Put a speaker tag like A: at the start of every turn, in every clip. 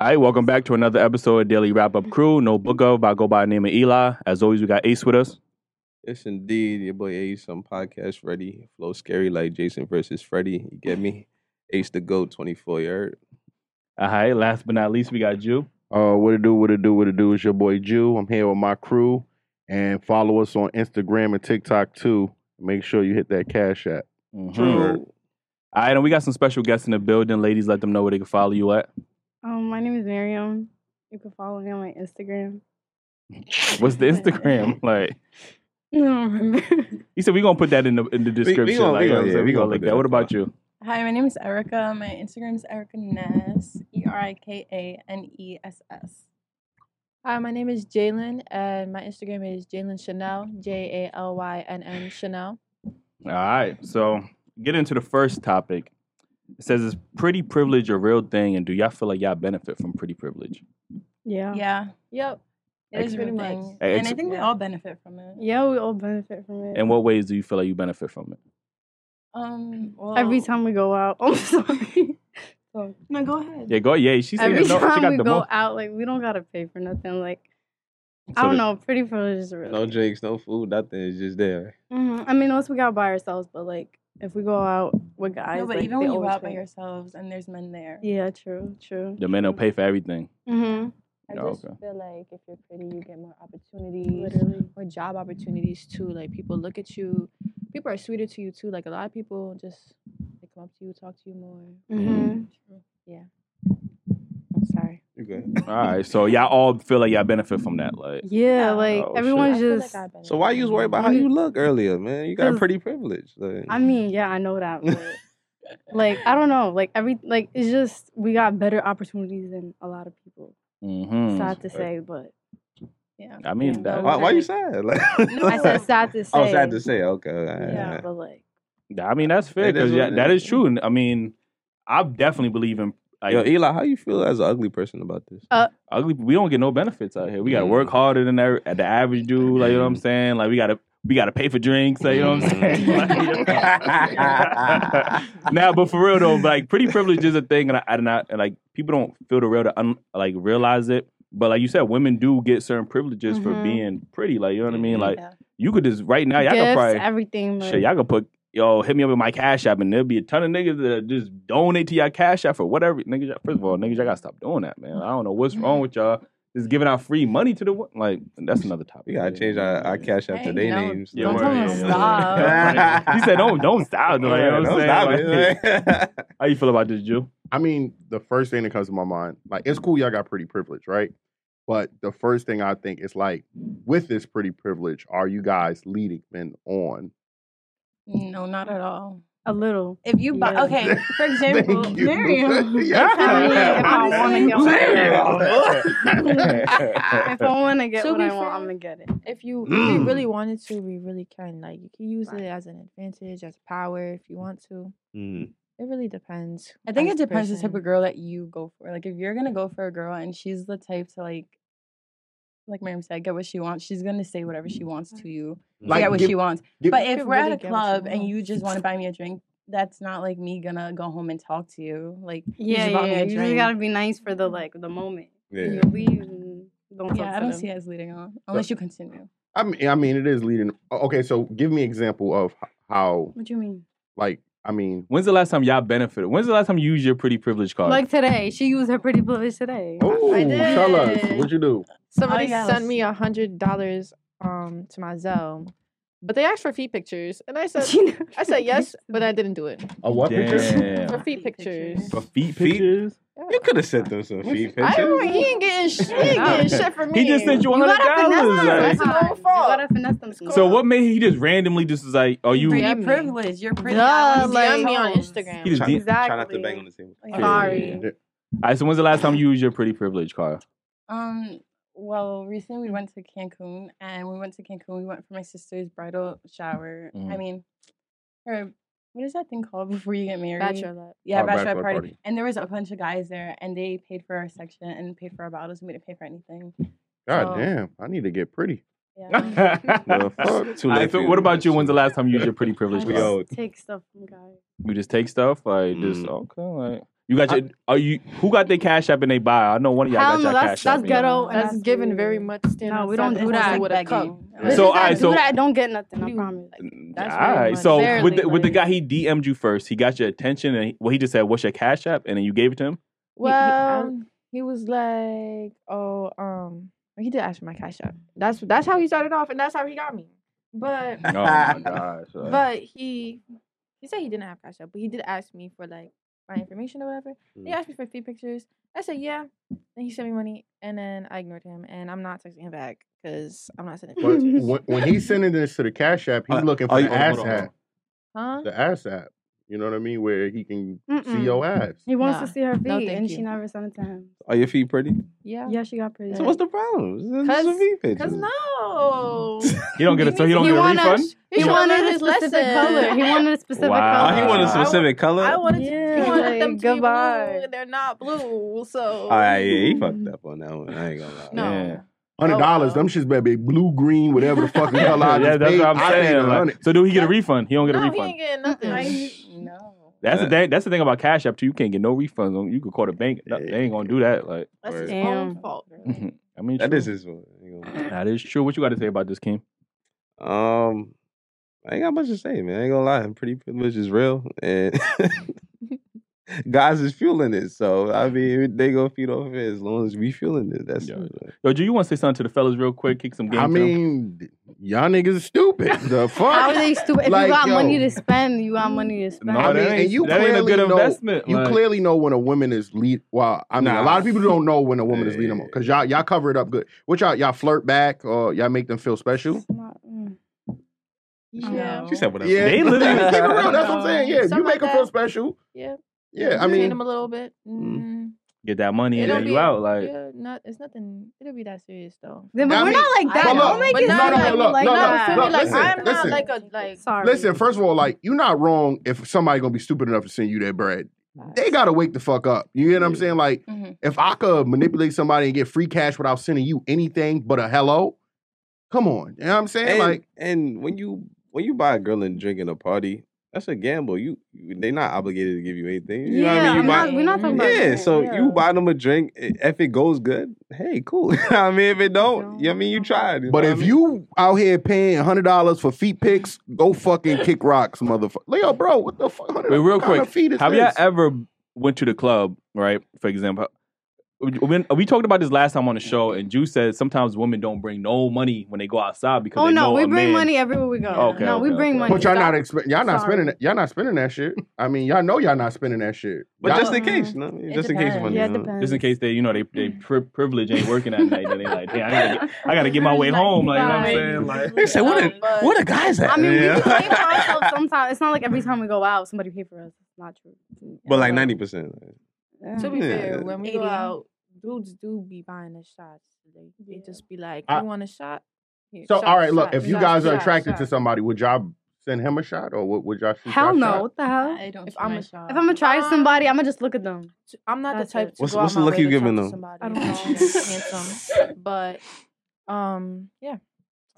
A: Hey, welcome back to another episode of Daily Wrap Up Crew. No book of, I go by the name of Eli. As always, we got Ace with us.
B: It's indeed your boy Ace. I'm podcast ready. Flow scary like Jason versus Freddy. You get me? Ace the GOAT 24 yard.
A: All right, last but not least, we got you.
C: Uh, what it do, what it do, what it do. It's your boy Jew. I'm here with my crew. And follow us on Instagram and TikTok too. Make sure you hit that cash app.
A: Mhm. All right, and we got some special guests in the building. Ladies, let them know where they can follow you at.
D: Um, my name is Miriam. You can follow me on my Instagram.
A: What's the Instagram? Like
D: I don't remember.
A: he said, we're gonna put that in the in the description.
B: gonna-
A: like,
B: we
A: you know
B: gonna-
A: what I'm
B: yeah,
A: saying?
B: we
A: We gonna
B: gonna
A: link
B: put
A: that.
B: that
A: What
B: up.
A: about you?
E: Hi, my name is Erica. My Instagram is Erica Ness, E R I K A N E S S. Hi, my name is Jalen, and my Instagram is Jalen Chanel, J A L Y N N Chanel.
A: All right, so get into the first topic. It says, "Is pretty privilege a real thing, and do y'all feel like y'all benefit from pretty privilege?"
D: Yeah. yeah.
E: Yeah. Yep. It is
A: Ex-
E: pretty
A: Eh,
E: much. And
A: ex-
E: I think we all benefit from it.
D: we all benefit from it.
A: In what ways do you feel like you benefit from it?
E: Um, well,
D: Every time we go out. I'm sorry. So,
E: No, go ahead.
A: Yeah, go. Yeah, she said
D: every
A: no, she
D: time
A: got
D: we
A: the
D: go
A: most.
D: out, like we don't gotta pay for nothing. Like
A: So
D: I don't
A: the-
D: know, pretty privilege is real.
B: No drinks, no food, nothing. It's just there.
D: Mhm. I mean, unless we go out by ourselves, but like if we go out with guys,
E: No, but
D: like,
E: even
D: they
E: when you go
D: always
E: out by
D: pay.
E: yourselves and there's men there.
D: Yeah, true, true.
A: The men will pay for everything.
D: Mm-hmm.
F: I
A: Oh,
F: just
A: okay.
F: feel like if you're pretty, you get more opportunities
D: Literally.
F: or job opportunities too. Like people look at you, people are sweeter to you too. Like a lot of people just they come up to you, talk to you more.
D: Mm-hmm.
F: I'm sorry.
B: You good?
A: All right, so y'all all feel like y'all benefit from that. Like,
D: Yeah,
F: Yeah.
D: like
A: Oh, shit.
F: I
D: everyone's
F: feel like
D: just.
F: I've been
B: So why you was worried about how you look earlier, man? You got
D: Cause-
B: pretty privilege. Like,
D: I mean, yeah, I know that. But, like, I don't know. Like every, like it's just we got better opportunities than a lot of people.
A: hmm
D: Sad to say, but
E: Yeah.
A: I mean, that,
B: why, why you sad? Like,
D: I said sad to say.
B: Oh, sad to say. Okay. all right, all
D: Yeah,
B: right.
D: but like,
A: I mean that's fair
B: It
A: because
B: is what it
A: that is
B: is.
A: true. And, I mean, I definitely believe in like
B: Yo, Eli, how you feel as an ugly person about this?
A: ugly. We don't get no benefits out here. We gotta
B: Mm.
A: work harder than the, the average dude. Like you know what I'm saying. Like we gotta we gotta pay for drinks. Like, you know what
B: Mm.
A: I'm saying.
B: Mm-hmm.
A: Like, now, but for real though, like pretty privilege is a thing, and I, and I and like people don't feel the real to un, like realize it. But like you said, women do get certain privileges for
F: Mm-hmm.
D: Mhm.
A: being pretty. Like you know what I mean.
B: Mhm.
A: Like
E: Yeah.
A: you could just right now, y'all
D: gifts,
A: could probably
D: everything. Like,
A: Shit, y'all can put yo hit me up with my cash app, and there'll be a ton of niggas that just donate to y'all cash app for whatever. Niggas, y'all- first of all, niggas, y'all gotta stop doing that, man. I don't know what's wrong with y'all. Just giving out free money to the wo- like. That's another topic.
B: We gotta change our, our cash app
E: Hey,
B: to their
E: no,
B: names.
A: Yeah,
E: Don't
A: word,
E: tell
A: yeah,
E: him
A: yeah,
E: stop.
A: yeah, word. he said, "Don't, don't stop." Like, you know what I'm
B: Don't
A: saying?
B: stop
A: Like,
B: it, like.
A: how you feel about this, Jew?
C: I mean, the first thing that comes to my mind, like it's cool y'all got pretty privilege, right? But the first thing I think is like, with this pretty privilege, are you guys leading men on?
E: No, not at all.
D: a little.
E: If you buy,
D: Yeah.
E: okay, for example,
C: Thank you.
E: Miriam.
C: Yeah.
D: Tell me if I wanna get If I
A: Miriam.
D: want to get
F: To
D: what
F: be
D: I want, I'm
F: fair-
D: gonna get it.
F: If you, if
E: Mm.
F: you really wanted to, we really can. Like you can use it as an advantage, as power, if you want to. It really depends.
E: I think
F: as
E: it
F: the
E: depends the type
F: person.
E: of girl that you go for. Like, if you're gonna go for a girl and she's the type to like, like Miriam said, get what she wants. She's gonna say whatever she wants to you.
C: Like,
E: to get what
C: give-
E: she wants.
C: give-
E: But
F: You
E: if
F: could
E: we're at
F: really
E: a
F: get what you
E: club and
F: want.
E: you just want to buy me a drink, that's not like me gonna go home and talk to you. Like, you
D: Yeah,
E: just bought
D: yeah.
E: me
D: yeah.
E: a
D: You
E: drink.
D: just gotta be nice for the like the moment.
B: Yeah.
D: You leave. and Don't talk
E: yeah, I
D: to
E: don't
D: them.
E: see us leading on unless you continue.
C: I mean, I mean, it is leading. Okay, so give me example of h- how,
D: What you mean?
C: like, I mean,
A: When's the last time y'all benefited? When's the last time you used your pretty privilege card?
D: Like today, she used her pretty privilege today.
C: Ooh,
D: I did.
C: tell us what you do.
F: Somebody
E: yeah, let's-
F: sent me a hundred dollars um to my Zelle, but they asked for feet pictures, and I said
D: She-
F: I said yes, but I didn't do it
C: A what picture?
A: Damn.
F: for feet pictures.
A: For feet
B: Feet?
A: pictures.
B: You could have sent them some feet
F: I
B: pictures.
F: remember he ain't getting sh- he ain't getting shit from me.
A: He just sent you
D: You
A: one hundred
D: gotta finesse
A: dollars.
D: them.
A: Like,
F: That's my own
D: sometimes. You gotta finesse them.
A: So
D: sometimes.
A: what made he just randomly just was like, oh you?
F: Pretty
E: Pretty
F: me.
E: privilege. You're pretty.
D: Duh,
E: I wanna see
D: like-
E: your
F: DM me on
E: toes.
F: Instagram.
A: He just did.
B: Try not to
D: Exactly.
B: bang on the table.
E: Like,
D: Sorry.
A: All right. So when's the last time you used your pretty privilege card?
E: Um. Well, recently we went to Cancun, and we went to Cancun. We went for my sister's bridal shower. I
A: Mhm.
E: mean, her what is that thing called before you get married?
F: Bachelorette.
E: Yeah,
C: Oh,
E: bachelorette
C: bachelor
E: party.
C: party.
E: And there was a bunch of guys there, and they paid for our section and paid for our bottles, and we didn't pay for anything.
C: God
E: Oh.
C: damn, I need to get pretty.
E: Yeah.
B: The fuck? Too
A: All right,
B: late
A: so
B: for
A: what about you? When's the last time you used your pretty
D: I
A: privilege
B: We
A: card?
B: owe-
D: just take stuff from guys.
A: You just take stuff, like just
B: Mm.
A: okay, like You got your, are you who got their cash app in they bio? I know one of y'all
D: Hell
A: got
D: no,
A: your
D: that's
A: cash app.
D: that's
A: in y'all.
D: ghetto.
F: Oh,
D: and
E: That's given very
D: rude.
E: much standing.
D: No, we
E: outside
D: don't
E: the
D: do
E: house
D: that.
E: with a
G: That
E: cup.
G: game.
A: So,
D: Bitches that
A: alright,
D: do
A: so-
D: that, don't get nothing. I
E: You-
D: promise.
E: That's
A: Mm, all
E: very
A: right.
E: much.
A: So
D: Barely,
A: with the, with the
D: like-
A: guy, he DM'd you first. He got your attention, and he, well, he just said, "What's your cash app?" And then you gave it to him.
F: He- he-
E: Well,
F: um, he was like, "Oh, um, he did ask for my cash app. That's that's how he started off, and that's how he got me. But
A: Oh my gosh! uh,
F: but he he said he didn't have cash app, but he did ask me for like my information or whatever. He
B: Mm.
F: asked me for feet pictures. I said yeah. Then he sent me money, and then I ignored him, and I'm not texting him back because I'm not sending.
C: But
F: feet pictures.
C: when, when he's sending this to the Cash App, he's
B: Uh,
C: looking
B: are
A: oh,
C: for
B: you-
C: the
B: hold on,
C: ass
B: hold on, hold
C: app.
F: huh?
C: The ass app. You know what I mean? Where he can see
D: Mm-mm.
C: your ass.
D: He wants
F: Nah.
D: to see her feet,
F: No, thank
D: and
F: you.
D: she never sent it to him.
B: Are your feet pretty?
F: Yeah.
D: Yeah, she got pretty.
B: So what's the problem? It's just a
F: Cause-
B: feet pictures.
F: Cause no.
A: he don't get it. So he don't
D: He
A: get a
D: wanna-
A: refund.
D: He
F: should've
D: wanted
F: learned
D: a
F: his
D: specific
F: lesson.
D: color. He wanted a specific
A: Wow.
B: Oh,
D: color.
B: he wanted a
A: I-
B: specific color.
F: I wanted to.
D: Yeah,
F: He wanted
D: like,
F: them to be
D: goodbye.
F: blue, and they're not blue. So
B: All right, yeah, he fucked up on that one. I ain't gonna lie.
F: no.
A: Yeah.
D: Oh,
C: Hundred dollars.
F: well.
C: Them shits better be blue, green, whatever the fuck the hell I
A: yeah,
C: just
A: that's
C: paid.
A: what I'm
C: I paid
A: saying. like,
C: 100.
A: so do he get a refund? He don't get a
F: no, he
A: refund.
F: ain't getting nothing.
E: no.
A: That's the
B: Uh,
A: thing. That's the thing about Cash App too. You can't get no refunds. You could call the bank. No,
B: Yeah.
A: They ain't gonna do that. Like,
F: That's his
D: Damn.
F: own fault. bro.
A: Mm-hmm. I mean,
B: That
A: true.
B: is his one. I ain't gonna lie.
A: that is true. What you got to say about this, Kim?
B: Um, I ain't got much to say, man. I ain't gonna lie. Pretty privilege is real, and guys is fueling it. So I mean, they gonna feed off of it as long as we fueling it. That's
A: Yeah.
B: it. like,
A: Yo, do you want to say something to the fellas real quick? Kick some game.
C: I
A: to them?
C: mean, y'all niggas is stupid. The fuck?
D: How are they stupid? If
C: Like,
D: you got money
C: yo.
D: to spend, you got money to spend.
A: No,
C: I
A: that
C: mean,
A: ain't-
C: and you
A: that ain't a
C: clearly
A: good
C: know-
A: investment.
C: You
A: like-
C: clearly know when a woman is lead. Well, I mean, a
B: Nah.
C: lot of people don't know when a woman is leading them
B: Hey.
C: because y'all y'all cover it up good. What y'all y'all flirt back or y'all make them feel special?
D: It's not- mm.
E: Yeah.
B: She said whatever.
C: Yeah,
A: They literally-
C: keep it real. That's what I'm saying. Yeah, if you
F: Something
C: make
F: like
C: them feel
F: that.
C: special.
F: Yeah.
C: Yeah, I
F: Entertain
C: mean,
F: him a little bit. Mm.
A: get that money and
F: It'll
A: then
F: be-
A: you out. Like,
F: Yeah, not it's nothing. It'll be that serious though.
D: Then,
C: I
D: but we're
C: mean-
D: not like that.
F: But
D: Don't
F: look,
D: make
F: but
D: it
F: no,
D: sound
F: no,
D: like we
C: look,
D: like
C: look,
D: that.
C: look, look,
F: like
C: listen,
F: I'm not
C: listen.
F: like a like.
D: Sorry.
C: listen. First of all, like you're not wrong if somebody gonna be stupid enough to send you that bread. They gotta wake the fuck up. You know what I'm
B: Yeah.
C: saying? Like,
F: Mm-hmm.
E: Mhm.
C: if I could manipulate somebody and get free cash without sending you anything but a hello, come on. You know what I'm saying?
B: And,
C: like,
B: and when you when you buy a girl and drink in a party, that's a gamble. You, you they not obligated to give you anything. You know what I
D: Yeah,
B: mean? You
D: I'm
B: buy,
D: not, we're not talking about
B: Yeah,
D: that.
B: so
F: Yeah.
B: you buy them a drink. i- If it goes good, hey, cool. I mean, if it don't, you I mean, you tried.
C: but if you out here paying hundred dollars for feet pics, go fucking kick rocks, motherfucker. Leo, bro, what the fuck? $100
A: Wait, real
C: what kind
A: quick,
C: of feet is
A: have y'all
C: this?
A: ever went to the club, right? For example, when we talked about this last time on the show, and Juice said sometimes women don't bring no money when they go outside because
D: Oh
A: they know
D: no, we
A: a
D: bring
A: man-
D: money everywhere we go.
A: Okay,
D: no, we
A: okay,
D: bring
A: okay.
D: money.
C: But y'all not expect y'all not
D: Sorry.
C: spending that, y'all not spending that shit. I mean, y'all know y'all not spending that shit.
B: but
C: Y'all-
B: just in
D: Mm.
B: case, you know what I mean?
E: It
B: just in case,
E: depends.
B: money.
D: Yeah,
B: you
D: it
B: know?
D: depends.
A: Just in case they, you know, they, they pri- privilege ain't working at night, and they like, hey, I gotta, get, I gotta get my way home. Like, you know what I'm saying? Like,
B: They said,
D: um,
B: what? A,
E: but-
B: what a guy's at?
D: I mean,
B: Yeah.
D: we can pay for ourselves sometimes. It's not like every time we go out, somebody pay for us. It's not true.
B: but like ninety percent.
F: To be
B: Yeah.
F: fair, when we go
D: 80.
F: out, dudes do be buying the shots. They, they just be like,
C: I-
F: "You want a shot?" Here,
C: So
F: shot,
C: all right, look,
F: shot,
C: if you
F: shot,
C: guys are
F: shot,
C: attracted to
F: shot."
C: somebody, would y'all send him a shot or would, would y'all shoot
D: Hell
C: y'all
D: no.
C: shot?
D: What the hell?
E: I don't.
F: If
E: see
F: I'm
E: my
F: a-
E: shot.
D: If I'm attracted to
F: Um,
D: somebody, I'm gonna just look at them.
F: I'm not
D: That's
F: the type
D: it.
F: to
B: What's-
F: go out
B: what's the
F: my
B: look
F: way
B: you
F: to
B: giving
F: talk to
B: them?
F: Somebody
D: I don't
F: that's
D: know.
F: handsome, but um, yeah.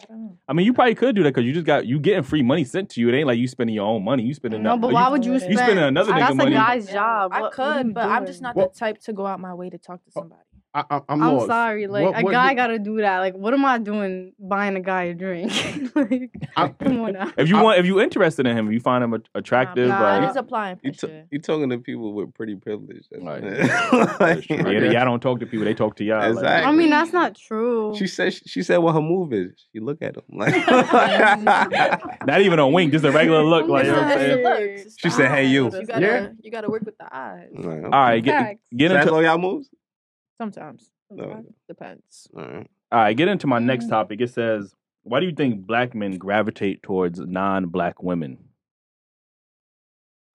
F: I don't know.
A: I mean, you probably could do that because you just got you getting free money sent to you. It ain't like you spending your own money. You spending
D: No,
A: that-
D: but
A: you-
D: why would you
F: you
D: spend?
A: spending another
D: That's
A: nigga money.
D: a guy's job.
F: I
D: What- what are
F: could,
D: you
F: but I'm just
D: doing?
F: not
C: Well-
F: the type to go out my way to talk to somebody.
C: I, I, I'm,
D: I'm
C: lost.
D: sorry. Like
C: What-
D: a
C: what
D: guy
C: do-
D: gotta do that. Like, what am I doing buying a guy a drink? like,
C: I-
D: come on now.
A: If you
C: I-
A: want, if you interested in him, you find him a- attractive.
F: nah,
A: like,
F: I'm just applying
B: You,
F: pressure.
B: t- you talking to people with pretty privilege. That's
A: Right.
B: like,
A: yeah, y'all don't talk to people; they talk to y'all. like-
B: Exactly.
D: I mean, that's not true.
B: She said she said what her move is. She look at him like.
A: not even a wink, just a regular look. Like,
F: It's
A: you know what
F: not-
A: I'm
F: it's
A: saying?
F: the looks, it's
B: She
F: the
B: said, "Hey, you."
F: eyes. You gotta,
C: Yeah.
F: you gotta work with the eyes.
B: All
A: All right, get
F: Facts.
A: get
B: that's
A: into
B: all y'all moves.
F: Sometimes.
B: No.
F: Sometimes. Depends.
B: All right.
A: all right, get into my next topic. It says, why do you think black men gravitate towards non-black women?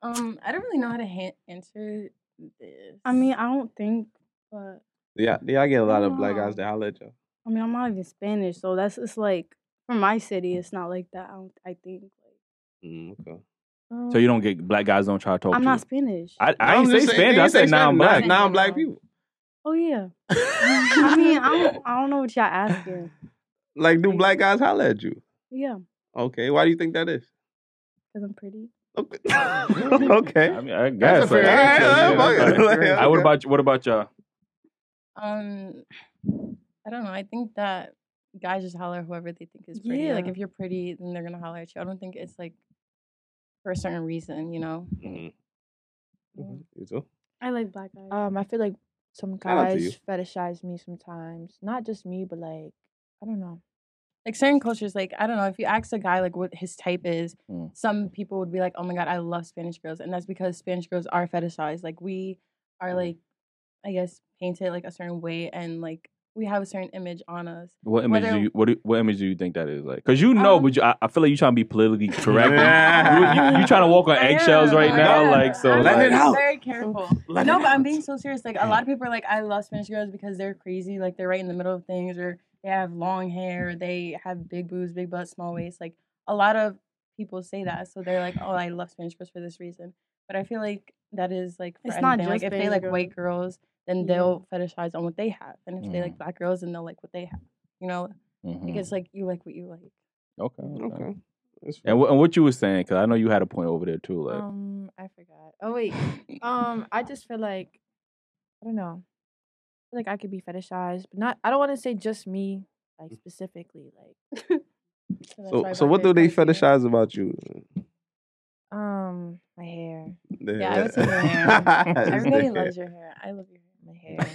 E: Um, I don't really know how to ha- answer this.
D: I mean, I don't think, but
B: Yeah, yeah, I get a lot of black
D: Wow.
B: guys that holler at y'all.
D: I mean, I'm not even Spanish, so that's it's like for my city, it's not like that. I, don't, I think.
B: Mm, okay.
A: So you don't get black guys don't try to talk.
D: I'm
A: to You.
D: not Spanish.
A: I, I ain't say Spanish. I said non-black.
B: non-black people.
D: oh yeah. I mean, I don't, I don't know what y'all asking.
B: Like, do black guys holler at you?
D: Yeah,
B: Okay, why do you think that is?
D: because I'm pretty.
B: Okay. okay.
A: I mean, I
C: That's
A: guess.
C: a fair
A: like,
C: answer,
A: yeah,
C: yeah,
A: that's
C: okay.
A: fine.
C: Like,
A: I what about you? What about y'all?
E: Um, I don't know. I think that guys just holler whoever they think is pretty. Like
F: Yeah.
E: if you're pretty, then they're gonna holler at you. I don't think it's like for a certain reason, you know.
B: Mm.
E: Mm.
B: Mhm. You too?
D: I like black guys.
F: Um, I feel like some
B: Shout out to
F: guys fetishize me sometimes. Not just me, but like I don't know.
E: Like certain cultures, like I don't know. If you ask a guy like what his type is,
A: Mm.
E: some people would be like, "Oh my god, I love Spanish girls," and that's because Spanish girls are fetishized. Like we are like, I guess painted like a certain way, and like we have a certain image on us.
A: What image
E: Whether-
A: do you what, do- what image do you think that is like? Because you know,
E: Um,
A: but you, I, I feel like you trying to be politically correct. you,
B: Yeah.
A: you, you trying to walk on
E: I
A: eggshells
E: am,
A: right
E: I
A: now,
E: am.
A: like so.
E: I'm
B: Let
A: like,
B: it out.
E: Very careful.
B: Let it
E: no, but I'm
B: out.
E: being so serious. Like a lot of people are like, I love Spanish girls because they're crazy. Like they're right in the middle of things, or they have long hair, they have big boobs, big butts, small waist. Like a lot of people say that, so they're like, oh, I love Spanish girls for this reason. But I feel like that is like for
D: It's not
E: anything. like
D: just
E: if they
D: Spanish
E: like
D: girls.
E: white girls, then
F: Yeah.
E: they'll fetishize on what they have, and if they like
A: Mm.
E: black girls, then they'll like what they have. You know,
A: mhm.
E: because like you like what you like.
A: okay, okay.
B: Okay. That's
A: And, wh- and what you were saying, because I know you had a point over there too. Like,
F: Um, I forgot. Oh wait. Um, I just feel like I don't know. I feel like I could be fetishized, but not. I don't want to say just me, like specifically. Like,
E: that's
B: Mm. So,
E: why
B: so what
E: black
B: do they
E: girls like you.
B: fetishize about you?
F: um, my hair,
E: Yeah, I would say Everybody loves your hair. I love your hair.
F: my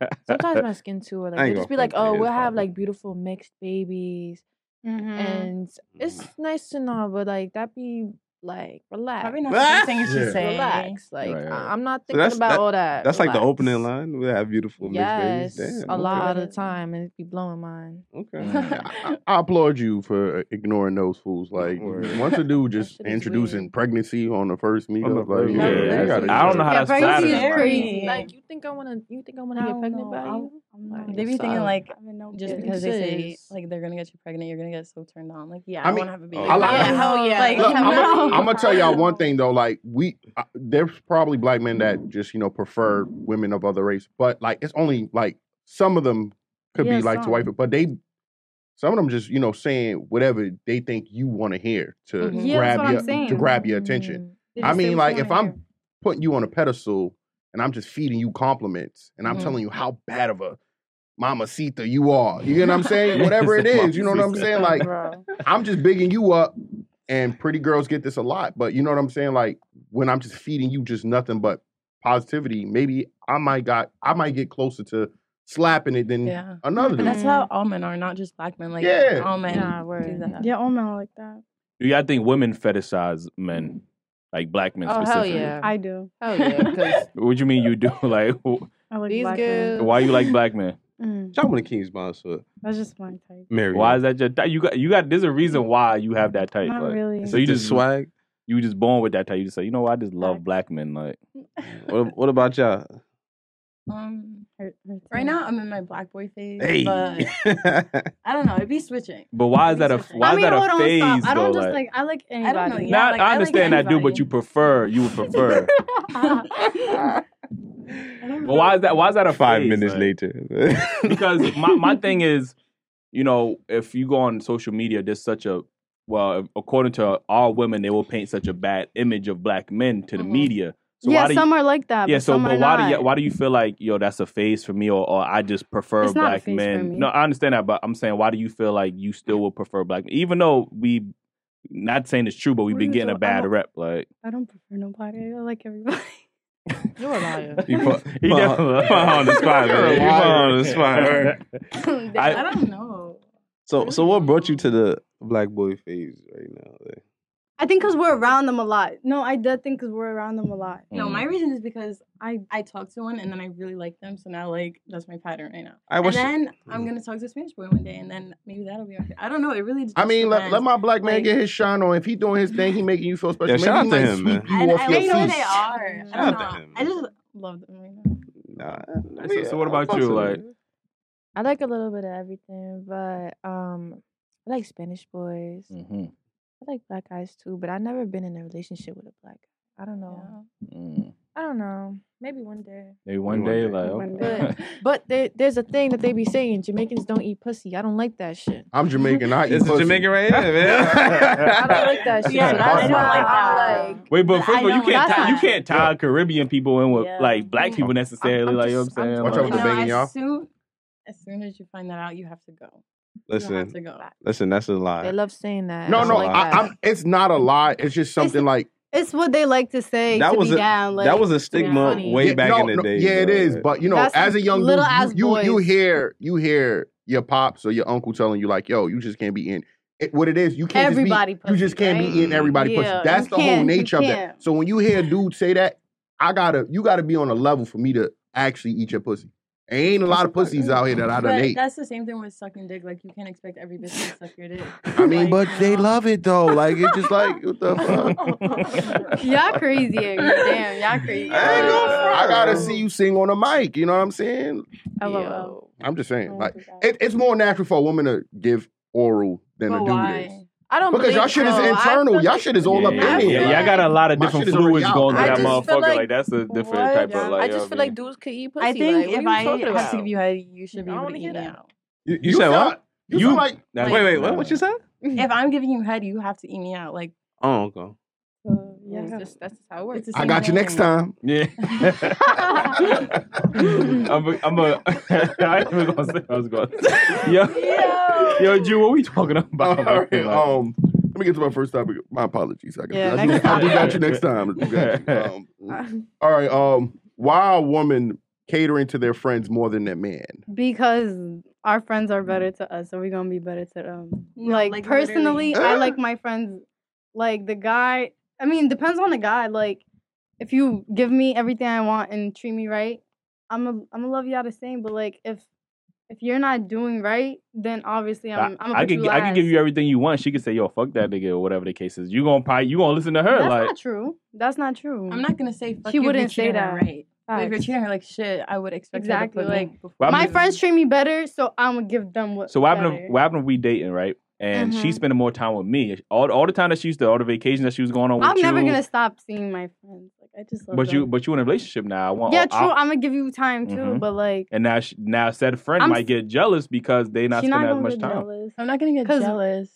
F: hair. Sometimes my skin too. Or like,
B: I ain't
F: they'll just
B: gonna
F: be like,
B: front Mm.
F: "Oh,
B: it is
F: we'll have
B: probably.
F: like beautiful mixed babies,"
D: Mhm.
F: and it's nice to know, but like that be like relax,
E: Probably not the first thing you
C: Yeah.
E: should say.
F: relax. Like
A: Right, right, right.
F: I- I'm not
B: So
F: thinking
B: that's-
F: about
B: that-
F: all that.
B: That's like the opening
F: relax.
B: line. We have beautiful
F: Yes,
B: mixed babies. Damn,
F: a
B: okay.
F: lot of the time, and it be blowing mine.
B: Okay.
A: Mm.
C: I, I applaud you for ignoring those fools. Like
B: Word.
C: once a dude just
F: shit is
C: introducing
F: weird.
C: pregnancy on the first meetup,
B: On the
C: like
B: first
C: you
A: yeah,
C: gotta-
B: meetup,
C: you
A: that's-
C: gotta-
A: I don't know how
D: Yeah,
A: that's
D: pregnancy
A: sad.
D: is
A: as well.
D: crazy.
F: Like you think I wanna? You think I wanna
E: I
F: get
E: don't
F: pregnant
E: know.
F: by
E: I'll-
F: you?
D: I'm
F: Like,
D: not-
E: They be thinking
F: Stop.
E: like
D: I'm in no
E: just
D: kid.
E: because they say
F: Sis.
E: like they're gonna get you pregnant, you're gonna get so turned on. Like yeah,
C: I
E: I,
C: mean,
E: want to have a baby.
C: I like-
E: yeah,
C: Yeah,
D: hell yeah.
E: Like
C: Look,
E: hell no.
C: I'm gonna tell y'all one
E: No.
C: thing though. Like we, uh, there's probably black men that just you know prefer women of other race, but like it's only like some of them could
D: Yeah,
C: be like to
D: some.
C: white, people, but they, some of them just you know saying whatever they think you want to hear to
E: Mhm.
D: Yeah, that's
C: grab
D: what I'm
C: your to
D: saying.
C: grab your
F: Mm.
C: attention.
D: Mm-hmm. They
C: I
D: just say
C: mean,
D: what you
C: like
D: wanna
C: if I'm
D: hear.
C: putting you on a pedestal and I'm just feeding you compliments and I'm
D: Mm-hmm.
E: Mhm.
C: telling you how bad of a mamacita you are. You know what I'm saying? Whatever it is, you know what I'm saying? Like
D: bro.
C: I'm just bigging you up, and pretty girls get this a lot. But you know what I'm saying? Like when I'm just feeding you just nothing but positivity, maybe I might got I might get closer to slapping it than
E: Yeah,
C: another
E: but
C: dude.
E: that's how all men are, not just black men. Like
C: Yeah.
E: all men
F: Nah,
E: do
F: word.
E: that.
D: Yeah, all men are like that.
A: Do y'all think women fetishize men, like black men
F: Oh hell
A: specifically?
F: yeah!
D: I do.
F: hell Oh, yeah! Because
A: What you mean you do? Like, wh-
D: I like
F: These
D: black
F: girls-
A: why you like black men?
D: men. Mm,
B: Shout out to King's sponsor,
D: that's just my type.
B: Mary.
A: Why is that your type? You got you got. There's a reason why you have that type.
D: Not
A: like,
D: really.
A: So you
B: the
A: just
B: swag?
A: you just born with that type. You just say, you know what? I just love
D: Facts.
A: black men. Like,
B: What, what about y'all?
E: Um,
D: Her- her
E: right
D: type.
E: now I'm in my black boy phase, but
B: Hey.
E: I don't know. It'd be switching.
A: but why is
E: Let
A: that
E: me
A: a
E: switch it.
A: why
D: I
A: is
D: mean,
A: that
D: hold
A: a
D: on,
A: phase
D: stop. I
A: though?
D: don't just
A: like-
D: like I like anybody.
E: I don't know, yeah.
A: Now,
E: like, I
A: I
E: like
A: understand that, dude, but
E: anybody.
A: you prefer you would prefer. well, why is that? Why is that a
B: Five
A: phase?
B: minutes
A: Like,
B: later.
A: Because my my thing is, you know, if you go on social media, there's such a well, according to all women, they will paint such a bad image of black men to the
E: Mhm.
A: media. So
D: Mm-hmm. yeah,
A: why do
D: some
A: you,
D: are like that.
A: yeah,
D: but
A: so
D: some
A: but
D: are
A: why do
D: not.
A: you, why do you feel like yo that's a phase for me or, or I just prefer
D: It's not a
A: black
D: phase for
A: men?
D: me.
A: No, I understand that, but I'm saying why do you feel like you still will prefer black men, even though we not saying it's true, but we've
D: What are
A: been
D: you
A: getting a
D: talking- I'm
A: bad
D: a-
A: rep. Like
D: I don't prefer nobody. I like everybody.
F: you're a liar.
B: you put,
A: He definitely put her on the spot,
B: You're a
A: man. He put her on the
B: liar.
A: spot.
E: I,
A: I-
E: don't know.
B: So, so what brought you to the black boy phase right now? Like,
D: I think because we're around them a lot. No, I do think because we're around them a lot.
E: No,
A: Mm.
E: my reason is because I I talk to one and then I really like them, so now like that's my pattern right now.
B: I wish.
E: and then I'm
B: Mm.
E: gonna talk to a Spanish boy one day, and then maybe that'll be okay. I don't know. It really. Just
C: I mean, let,
E: depends.
C: let my black man
E: Like-
C: get his shine on. If he doing his thing, he making you feel special.
B: Yeah, shout
C: Maybe
B: out
C: he
B: to
C: might
B: him,
C: sweep
B: man.
C: you off
E: I, I
C: your
E: like who
C: feet.
E: they are.
F: Shout
E: I
B: out to him.
E: don't know. I just love them right now.
B: Nah.
A: So- so what about you, like-
F: I like a little bit of everything, but um, I like Spanish boys.
C: Mm.
A: Mhm.
F: I like black guys too, but I've never been in a relationship with a black. guy. I don't know.
E: Yeah.
A: Mm.
F: I don't know. Maybe one day.
A: Maybe one
B: One
A: day,
B: day.
A: like, oh.
D: One
A: okay.
F: But there, there's a thing that they be saying: Jamaicans don't eat pussy. I don't like that shit.
C: I'm Jamaican. I eat
B: It's a
C: pussy.
B: Jamaican right here,
F: I don't
B: man.
F: like that shit.
E: Yeah,
F: so
C: I
F: that's
C: don't
F: why
C: like
E: that.
F: I'm like,
A: Wait, but first
E: I
A: of all, you
E: know,
A: can't
E: that's
A: tie, you
E: fine.
A: can't tie Caribbean people in with
E: Yeah.
A: like black people necessarily.
F: I'm
A: like
F: just-
A: you
F: I'm
A: know what I'm
F: just-
C: Watch out
A: saying?
C: with
E: You
C: the
A: Like,
E: know,
C: banging, y'all.
E: as soon, as soon as you find that out, you have to go. you have
B: Listen,
E: to go.
B: listen, that's a
F: they
B: lie.
F: love saying that.
C: No,
F: don't
C: no,
F: like
C: I,
F: that.
C: I'm. It's not a lie. It's just something like
D: It's what they like to say
B: That
D: to
B: was
D: be
B: a-
D: down. Like,
B: that was a
D: be
B: stigma
D: funny.
B: way
C: Yeah,
B: back
C: no,
B: in the uh,
C: no,
B: day.
C: Yeah, it
B: bro.
C: is. But you know,
D: That's
C: as a
D: some
C: young dude,
D: little ass
C: you, you you
D: boys.
C: hear you hear your pops or your uncle telling you like, "Yo, you just can't be in." It, what it is, you can't just be-
D: Everybody
C: you
D: pussy,
C: just can't
D: right?
C: be eating everybody
D: Yeah,
C: pussy. That's
D: you
C: the whole
D: can't, you
C: nature of that.
D: can't.
C: So when you hear a dude say that, I gotta you gotta be on a level for me to actually eat your pussy. Ain't a lot of pussies out here that I done
E: But
C: ate.
E: that's the same thing with sucking dick. Like you can't expect every bitch to suck your dick.
C: I mean,
E: Like,
C: but
E: you
C: they
E: know.
C: love it though. Like it's just like what the fuck.
D: y'all crazy. Eric. Damn, y'all crazy.
C: I, ain't
A: Uh,
C: gonna front. I gotta
B: Yo.
C: see you sing on the mic. You know what I'm saying?
D: LOL.
C: I'm just saying.
E: Oh,
C: Like
E: forgot.
C: it, it's more natural for a woman to give oral than
E: But
C: a dude
E: why?
C: is.
F: I don't
C: Because
F: believe
C: y'all shit is
F: so. I
C: internal.
F: feel
C: Y'all
F: like-
C: shit is all
A: yeah,
C: up
A: yeah,
C: in
A: yeah,
C: here.
F: like-
A: y'all got a lot of
C: My
A: different
C: shit is already
A: fluids
C: out.
A: going through
F: I
A: that
F: just
A: motherfucker.
F: feel
A: Like,
F: like-
A: that's a different
F: What?
A: type of like.
F: I just
A: I
F: feel
A: mean-
F: like dudes could eat pussy.
E: I think
F: like, what
E: if
F: are you
E: I
F: talking
E: have
F: about?
E: to give you head, you should be
F: I
E: able
F: wanna
E: to
F: hear
E: eat
F: that.
E: out.
B: You, you said what?
C: You,
A: oh, You-
C: sound like
A: That's-
B: Wait, wait, what?
A: nah.
B: What you said?
E: If I'm giving you head, you have to eat me out. Like
B: Oh, okay.
E: so,
F: Yeah, it's just- that's just how it works.
E: It's the
C: I
E: same
C: got you
E: thing.
C: next time.
A: Yeah. I'm a, I'm a, I was gonna say, I was gonna say. Yo, yo, Jew, what we talking about?
C: All right, um, let me get to my first topic. My apologies. I got
D: Yeah,
C: I do-
D: next
C: I do
A: time.
C: got you next time. I do got you. Um, all right. Um, why are women catering to their friends more than their man?
D: Because our friends are better to us, so we're gonna be better to them.
E: No,
D: like,
E: like,
D: personally,
C: literally.
D: I like my friends. Like the guy. I mean, depends on the guy. Like, if you give me everything I want and treat me right, I'm a, I'm gonna love y'all the same. But like, if if you're not doing right, then obviously I'm. I'm
A: I
D: gonna put
A: could,
D: you
A: I could give
D: last.
A: you everything you want. She could say, "Yo, fuck that nigga," or whatever the case is. You gonna probably, you gonna listen to her?
D: That's
A: like,
D: not true. That's not true.
E: I'm not gonna say fuck
D: She
E: you if you're
D: wouldn't say
E: treating her
D: that.
E: Right. But if you're
D: Facts.
E: treating her like shit, I would expect
D: Exactly,
E: her to put
D: like,
E: me before
A: Why
D: My
A: would-
E: you.
D: friends treat me better, so I'm gonna give them what.
A: So what happened?
D: better.
A: If, what happened if we dating right? And
D: Mhm.
A: she's spending more time with me. All, all the time that she used to, all the vacations that she was going on with
D: I'm
A: you.
D: never gonna stop seeing my friends. Like I just love
A: But you,
D: them.
A: but you in a relationship now. I want.
D: yeah,
A: all-
D: true.
A: I-
D: I'm gonna give you time too,
A: Mhm.
D: but like
A: and now, she, now said friend
D: I'm
A: might
D: s-
A: get jealous because they not
D: she's not
A: spending as
D: gonna
A: much
D: get
A: time.
D: jealous.
E: I'm not gonna get
D: 'Cause-
E: jealous.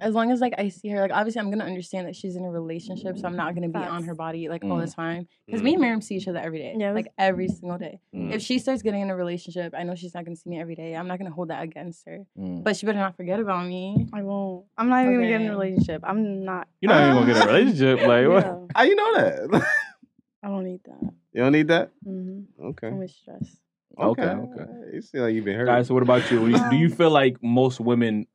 E: As long as like I see her, like obviously I'm gonna understand that she's in a relationship, so I'm not gonna be on
D: Facts.
E: her body like all
A: Mm.
E: the time. Because me and Miriam see each other every day,
D: Yeah,
E: like every single day.
A: Mm.
E: If she starts getting in a relationship, I know she's not gonna see me every day. I'm not gonna hold that against her,
A: Mm.
E: but she better not forget about me.
D: I won't. I'm not even gonna get in a
E: Okay.
D: relationship. I'm not.
A: You're not even gonna get in a relationship. Like, what?
D: Yeah,
B: How you know that?
D: I don't need that.
B: you don't need that?
D: hmm
B: Okay.
D: Too much stress.
A: Okay, okay.
B: alright. You seem like you've been hurt.
A: All right. So what about you? Do you, do
D: Um,
A: you feel like most women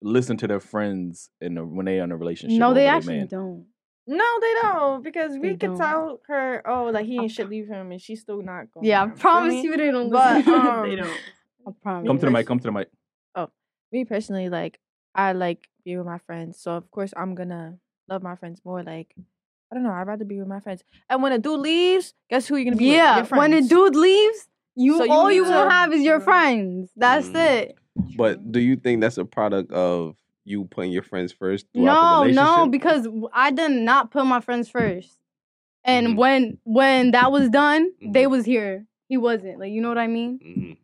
A: listen to their friends in the, when they are in a relationship?
D: No,
A: over
D: they
A: their
D: actually
A: man?
D: don't.
F: No, they don't because we
D: They
F: could
D: don't.
F: tell her, oh, like he ain't should leave him, and she's still not going.
D: Yeah, I
F: You feel
D: promise
F: me?
D: you they don't.
F: But
D: listen.
F: um,
D: They don't. I promise.
A: Come to the mic. Come to the mic.
F: me personally, like I like be with my friends, so of course I'm gonna love my friends more. Like I don't know, I'd rather be with my friends. And when a dude leaves, guess who you're gonna be? with?
D: Yeah,
F: Your
D: when a
F: friends.
D: dude leaves, you
F: So you
D: all
F: need
D: you will
F: to-
D: have is your friends. That's
A: Mm-hmm.
B: Mm.
D: it.
B: But do you think that's a product of you putting your friends first
D: No,
B: throughout the relationship?
D: no, because w- I did not put my friends first. And
F: Mm-hmm.
B: Mhm.
D: when when that was done, they
B: Mhm.
D: was here. He wasn't. Like you know what I mean?
B: Mhm.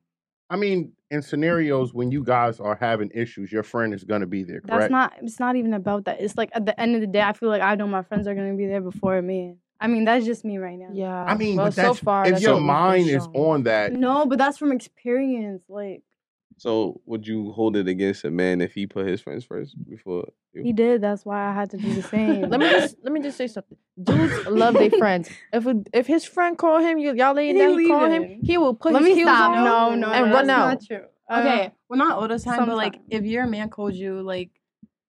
C: I mean, in scenarios when you guys are having issues, your friend is gonna be there,
D: That's
C: correct?
D: not it's not even about that. It's like at the end of the day, I feel like I know my friends are gonna be there before me. I mean, that's just me right now.
F: Yeah,
C: I mean,
F: well,
C: but that's,
F: so far,
C: if
F: that's
C: your
F: what we've been
C: mind is
F: shown.
C: on that,
D: No, but that's from experience. Like
B: So would you hold it against a man if he put his friends first before you?
D: he did, that's why I had to do the same.
F: Let me just let me just say something. Dudes love their friends. If a, if his friend call him, you, y'all laying
D: He
F: down, he call him,
D: leaving.
F: he will put
D: Let
F: his
D: me
F: heels
D: stop.
F: on.
D: No, no,
F: and
D: no,
F: run
D: that's
F: out.
D: Not true. Uh, I don't-
E: Okay, Uh, well not all the time, but like
D: Sometimes.
E: if your man called you like,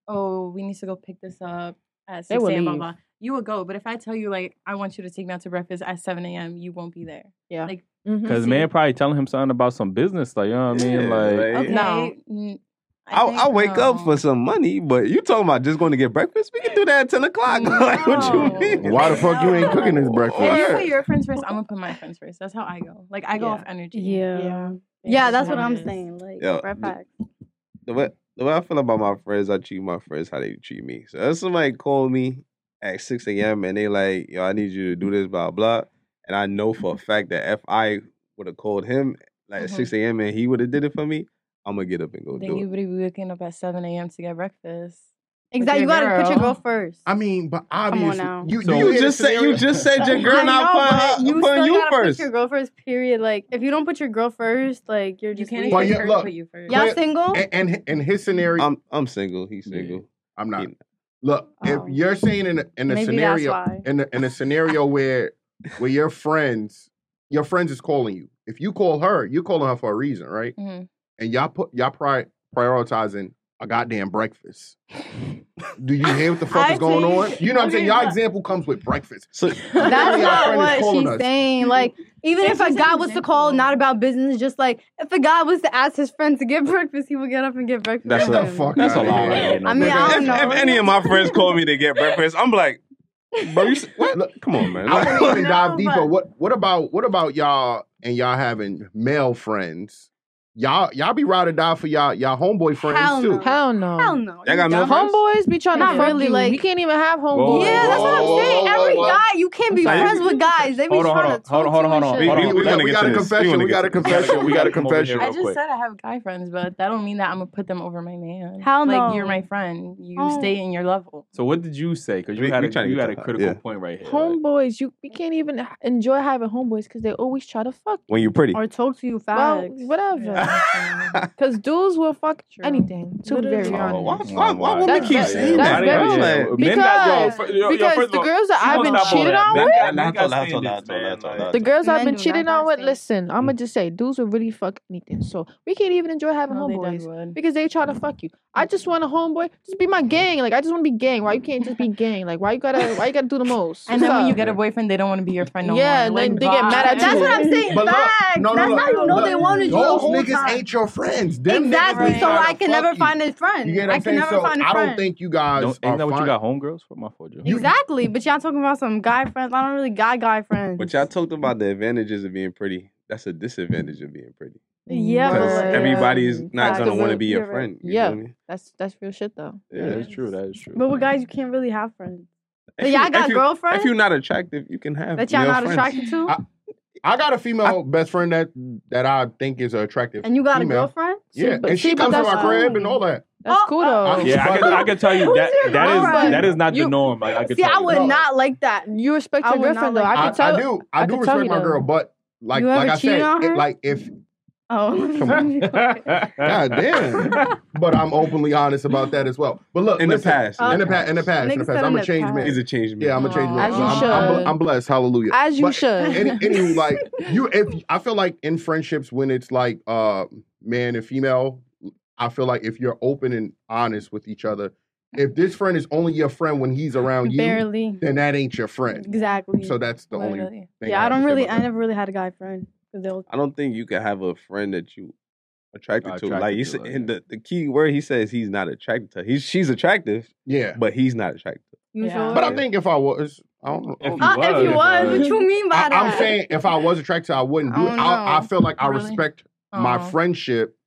E: oh, we need to go pick this up at
F: They
E: six
F: will
E: a.m. Blah,
F: leave.
E: blah you would go. But if I tell you like I want you to take me out to breakfast at seven a.m., you won't be there.
F: Yeah.
E: Like
D: Mm-hmm.
F: Mhm.
A: Because man, probably telling him something about some business. Like, you know what I mean?
B: Yeah,
A: like,
E: okay,
F: No.
E: mm, I
B: I'll,
E: think
B: I'll wake up
E: no.
B: for some money, but you talking about just going to get breakfast? We can do that at ten o'clock. like what
E: No.
B: you mean?
C: why the fuck you ain't cooking this
E: If you
C: breakfast?
E: put your friends first, I'm gonna put my friends first. That's how I go. Like I go
F: Yeah.
E: off energy.
D: yeah. yeah. that's what I'm saying. Like,
B: Yeah,
D: for a
B: the-
D: fact.
B: the way the way I feel about my friends, I treat my friends how they treat me. So if somebody call me at six a.m. and they like, yo, I need you to do this, blah blah, And I know for a
D: Mm-hmm.
B: fact that if I would have called him like at
E: Mhm.
B: 6 a.m. and he would have did it for me, I'm gonna get up and go
E: Then
B: do
E: you
B: it.
E: would be waking up at 7 a.m. to get breakfast.
D: Exactly. You gotta put your
E: girl.
D: girl first.
C: I mean, but obviously,
D: now.
C: you, do
A: So-
C: you,
B: You
C: hear
B: just
C: the
B: said you
C: scenario?
B: just said your
D: I
B: girl not
D: know,
B: putting
D: but
B: her- putting
D: you still
B: you
D: gotta
B: first.
D: put your girl first. Period. Like if you don't put your girl first, like you're
E: You
D: just
E: can't
D: weird.
C: Well,
E: expect
C: yeah,
E: her
C: look,
E: to put you first.
D: Y'all
C: Claire-
D: single?
C: and, and in his scenario,
B: I'm I'm single. He's single.
C: I'm not.
B: Um, Yeah.
C: Look,
D: Oh.
C: if you're saying in a, in a
D: Maybe
C: scenario
D: that's why.
C: in a, in a scenario where where your friends your friends is calling you. If you call her, you're calling her for a reason, right?
D: Mm-hmm.
E: Mhm.
C: And y'all put y'all pri- prioritizing a goddamn breakfast. Do you hear what the fuck
D: I
C: is going on?
D: see.
C: You know what I'm saying?
D: Okay,
C: Y'all
D: but-
C: example comes with breakfast.
B: So
D: That's
C: Clearly our
D: not
C: friend is
D: what
C: calling
D: she's
C: us.
D: saying. Like, even
E: It's
D: if a
E: just
D: guy
E: an
D: was to call,
E: example.
D: not about business, just like if a guy was to ask his friend to get breakfast, he would get up and get breakfast.
B: That's
D: with
B: a-
D: him.
C: fuck
A: That's a
C: outta
A: lot.
C: here.
A: I,
D: I mean, I
B: if,
D: don't know.
B: if any of my friends call me to get breakfast, I'm like, bro, you s- what?
C: Look,
B: Come on, man.
C: I wouldn't even
E: No,
C: dive deeper.
E: but-
C: What what about what about y'all and y'all having male friends? Y'all y'all be ride or die for y'all y'all homeboy friends
D: Hell
C: too.
D: no.
F: Hell no.
D: Hell no.
B: Y'all
D: you
B: got male
D: dumb.
B: friends?
F: Homeboys be trying
D: Not
F: to fuck
D: really,
F: you.
D: like-
F: you can't even have
A: Whoa.
F: homeboys.
D: Yeah, that's what I'm saying.
C: Whoa, whoa,
D: Every
C: whoa.
D: guy, you can't be
B: Sorry.
D: friends with guys. They be
A: Hold on,
D: trying
A: hold
D: to
A: on, hold on,
D: talk to
A: hold on,
D: you
A: hold
D: and
A: on.
D: shit.
A: Hold on.
B: we
A: gotta
B: get
C: got
B: to
C: a
B: this. We
C: confession.
B: wanna
C: We
B: get
C: got
B: to
C: a
B: this.
C: confession. We got a
A: Come over here.
C: confession.
E: I just
A: quick.
E: said I have guy friends, but that don't mean that I'm gonna put them over my man.
D: Hell
E: like
D: no.
E: you're my friend. You
D: Oh.
E: stay in your level.
A: So what did you say? Because you
B: We-
A: had
B: we
A: a,
B: tryna
A: you
B: get
A: had
B: to
A: a
B: the-
A: critical
B: yeah.
A: point right here. right?
F: Homeboys, you we can't even h- enjoy having homeboys because they always try to fuck.
B: When you're pretty.
D: Or talk to you
F: Well,
D: facts.
F: whatever.
E: Yeah.
F: Because dudes will fuck
E: True.
F: anything. To be very
D: Literally.
A: Oh, why,
F: honest.
A: why, why women
F: That's
A: keep
F: ve-
A: saying
F: that's
A: that?
F: very
A: Yeah,
B: true.
A: well, men got
F: Because,
A: yo, fir- yo, yo,
F: because
A: first
F: the
A: of all,
F: girls that
A: she
F: I've
A: won't
F: been
A: stop all
F: cheated
A: that.
F: on
A: Men
F: with,
A: got-
B: Nah,
A: men
B: that's all,
A: got
B: that's all,
A: standards,
B: that's all,
A: man,
B: that's all,
A: like-
B: that's all.
F: the girls I've
D: Men
F: been
D: do
F: cheated
D: not
F: on with,
D: say.
F: listen, I'ma just say dudes will really fuck anything. So we can't even enjoy having
E: No, they done
F: homeboys.
E: would.
F: Because they try to fuck you. I just want a homeboy. Just be my gang. Like I just want to be gang. Why you can't just be gang? Like why you gotta? Why you gotta do the most?
E: And
F: What's
E: then when
F: up?
E: you get a boyfriend, they don't want to be your friend no more.
F: Yeah, and then
E: Like,
F: they get mad at
E: bye.
F: you.
D: That's what I'm saying.
C: But look,
D: facts.
C: no, no,
D: That's
C: look,
D: how you know
C: look,
D: they wanted you the
C: Those
D: whole
C: niggas
D: time.
C: ain't your friends. Them niggas
D: exactly.
C: be
D: So
C: trying to
D: I can
C: fuck
D: never
C: you.
D: find a friend.
C: You get what
D: I
C: I'm
D: can
C: saying?
D: never
C: So
D: find a
C: I
D: friend.
C: don't think you guys
A: Don't,
C: are
A: ain't that what you
C: fine.
A: got, homegirls? For my fault, Joe.
C: You-
D: exactly. But y'all talking about some guy friends. I don't really got guy friends.
B: But y'all talked about the advantages of being pretty. That's a disadvantage of being pretty.
D: Yeah, but
B: Because
D: like-
F: Word.
B: everybody is not
F: Facts.
B: gonna want to be your
F: You're right.
B: friend. You
F: Yeah.
B: Know what I mean?
F: That's that's real shit though.
A: Yeah,
B: Yeah.
A: that's true. That is true.
D: But with guys, you can't really have friends.
B: If
D: But y'all
B: you-
D: got
B: if you-
D: girlfriends
B: If you're not attractive, you can have
D: that y'all
B: male
D: not
B: friends.
D: attracted to,
C: I- I got a female best friend that that I think is attractive.
D: and you got
C: female.
D: a girlfriend.
C: Yeah,
F: but-
C: and she
F: see, but
C: comes to
F: that's
C: my crib
F: cool.
C: and all that.
F: That's
D: Oh,
F: cool
D: uh,
F: though.
C: I'm-
A: yeah, I can, I can tell you
D: Who's
A: that
D: your
A: that is
D: girlfriend?
A: that is not the
F: You-
A: norm. Like I can
D: See,
A: tell
D: I
A: you
D: would
A: that.
D: not like that.
F: You respect
D: I
F: your
D: would not
F: girlfriend though.
D: like
F: I
D: that.
F: can
C: I,
F: tell.
C: I do. I,
F: I
C: do
F: could tell
C: respect
F: you
C: my
F: though.
C: girl, but like
D: You ever
C: like I
D: cheated
C: said,
D: on
C: it-
D: her?
C: like if
D: Oh,
C: Come on. God damn. but I'm openly honest about that as well. But look,
B: In the
C: listen,
B: past.
D: Uh,
C: in the past, in the past, in the
D: Nigga
C: past,
D: said
C: I'm
D: in
C: a
D: the
C: change
D: past.
B: He's
C: man.
B: a change man.
C: Yeah, I'm a change man.
F: As you
C: I'm, I'm,
F: should.
C: I'm blessed. Hallelujah.
F: As you
C: But
F: should.
C: Any, anywho, like you, if I feel like in friendships when it's like uh man and female, I feel like if you're open and honest with each other, if this friend is only your friend when he's around you,
D: barely.
C: then that ain't your friend.
D: Exactly.
C: So that's the only
E: Literally.
C: thing.
D: yeah, I
C: have to
D: don't
C: say
D: really.
C: about
D: I
C: that.
D: never really had a guy friend. 'Cause they was-
B: I don't think you can have a friend that you attracted to.
A: Attracted
B: Like you
A: to,
B: said,
A: yeah.
B: and the, the key word he says he's not attracted to. her. He's she's attractive,
C: Yeah,
B: but he's not attracted.
D: You
E: Yeah.
D: sure?
C: but I
B: Yeah.
C: think if I was, I don't know.
A: If you
D: Uh, if you
A: was,
D: was, what you mean by
C: I,
D: that? Oh,
C: I'm saying if I was attracted, I wouldn't do
D: I
C: it.
D: don't
C: I, I
D: know.
C: feel like I
E: Really?
C: respect my
E: Oh.
C: friendship.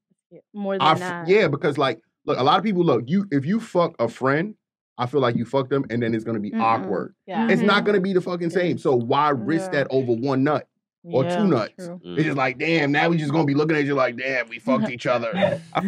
D: more than
C: I f-
D: that.
C: yeah, because like, look, a lot of people look. You if you fuck a friend, I feel like you fuck them, and then it's gonna be
D: Mm-mm.
C: awkward.
E: Yeah.
C: It's
D: Mhm.
C: not gonna be the fucking same. So why risk
F: Yeah.
C: that over one nut? or
E: Yeah,
C: two nuts.
E: true.
C: It's just like, damn. Now we just gonna be looking at you like, damn, we fucked each other.
B: I, I,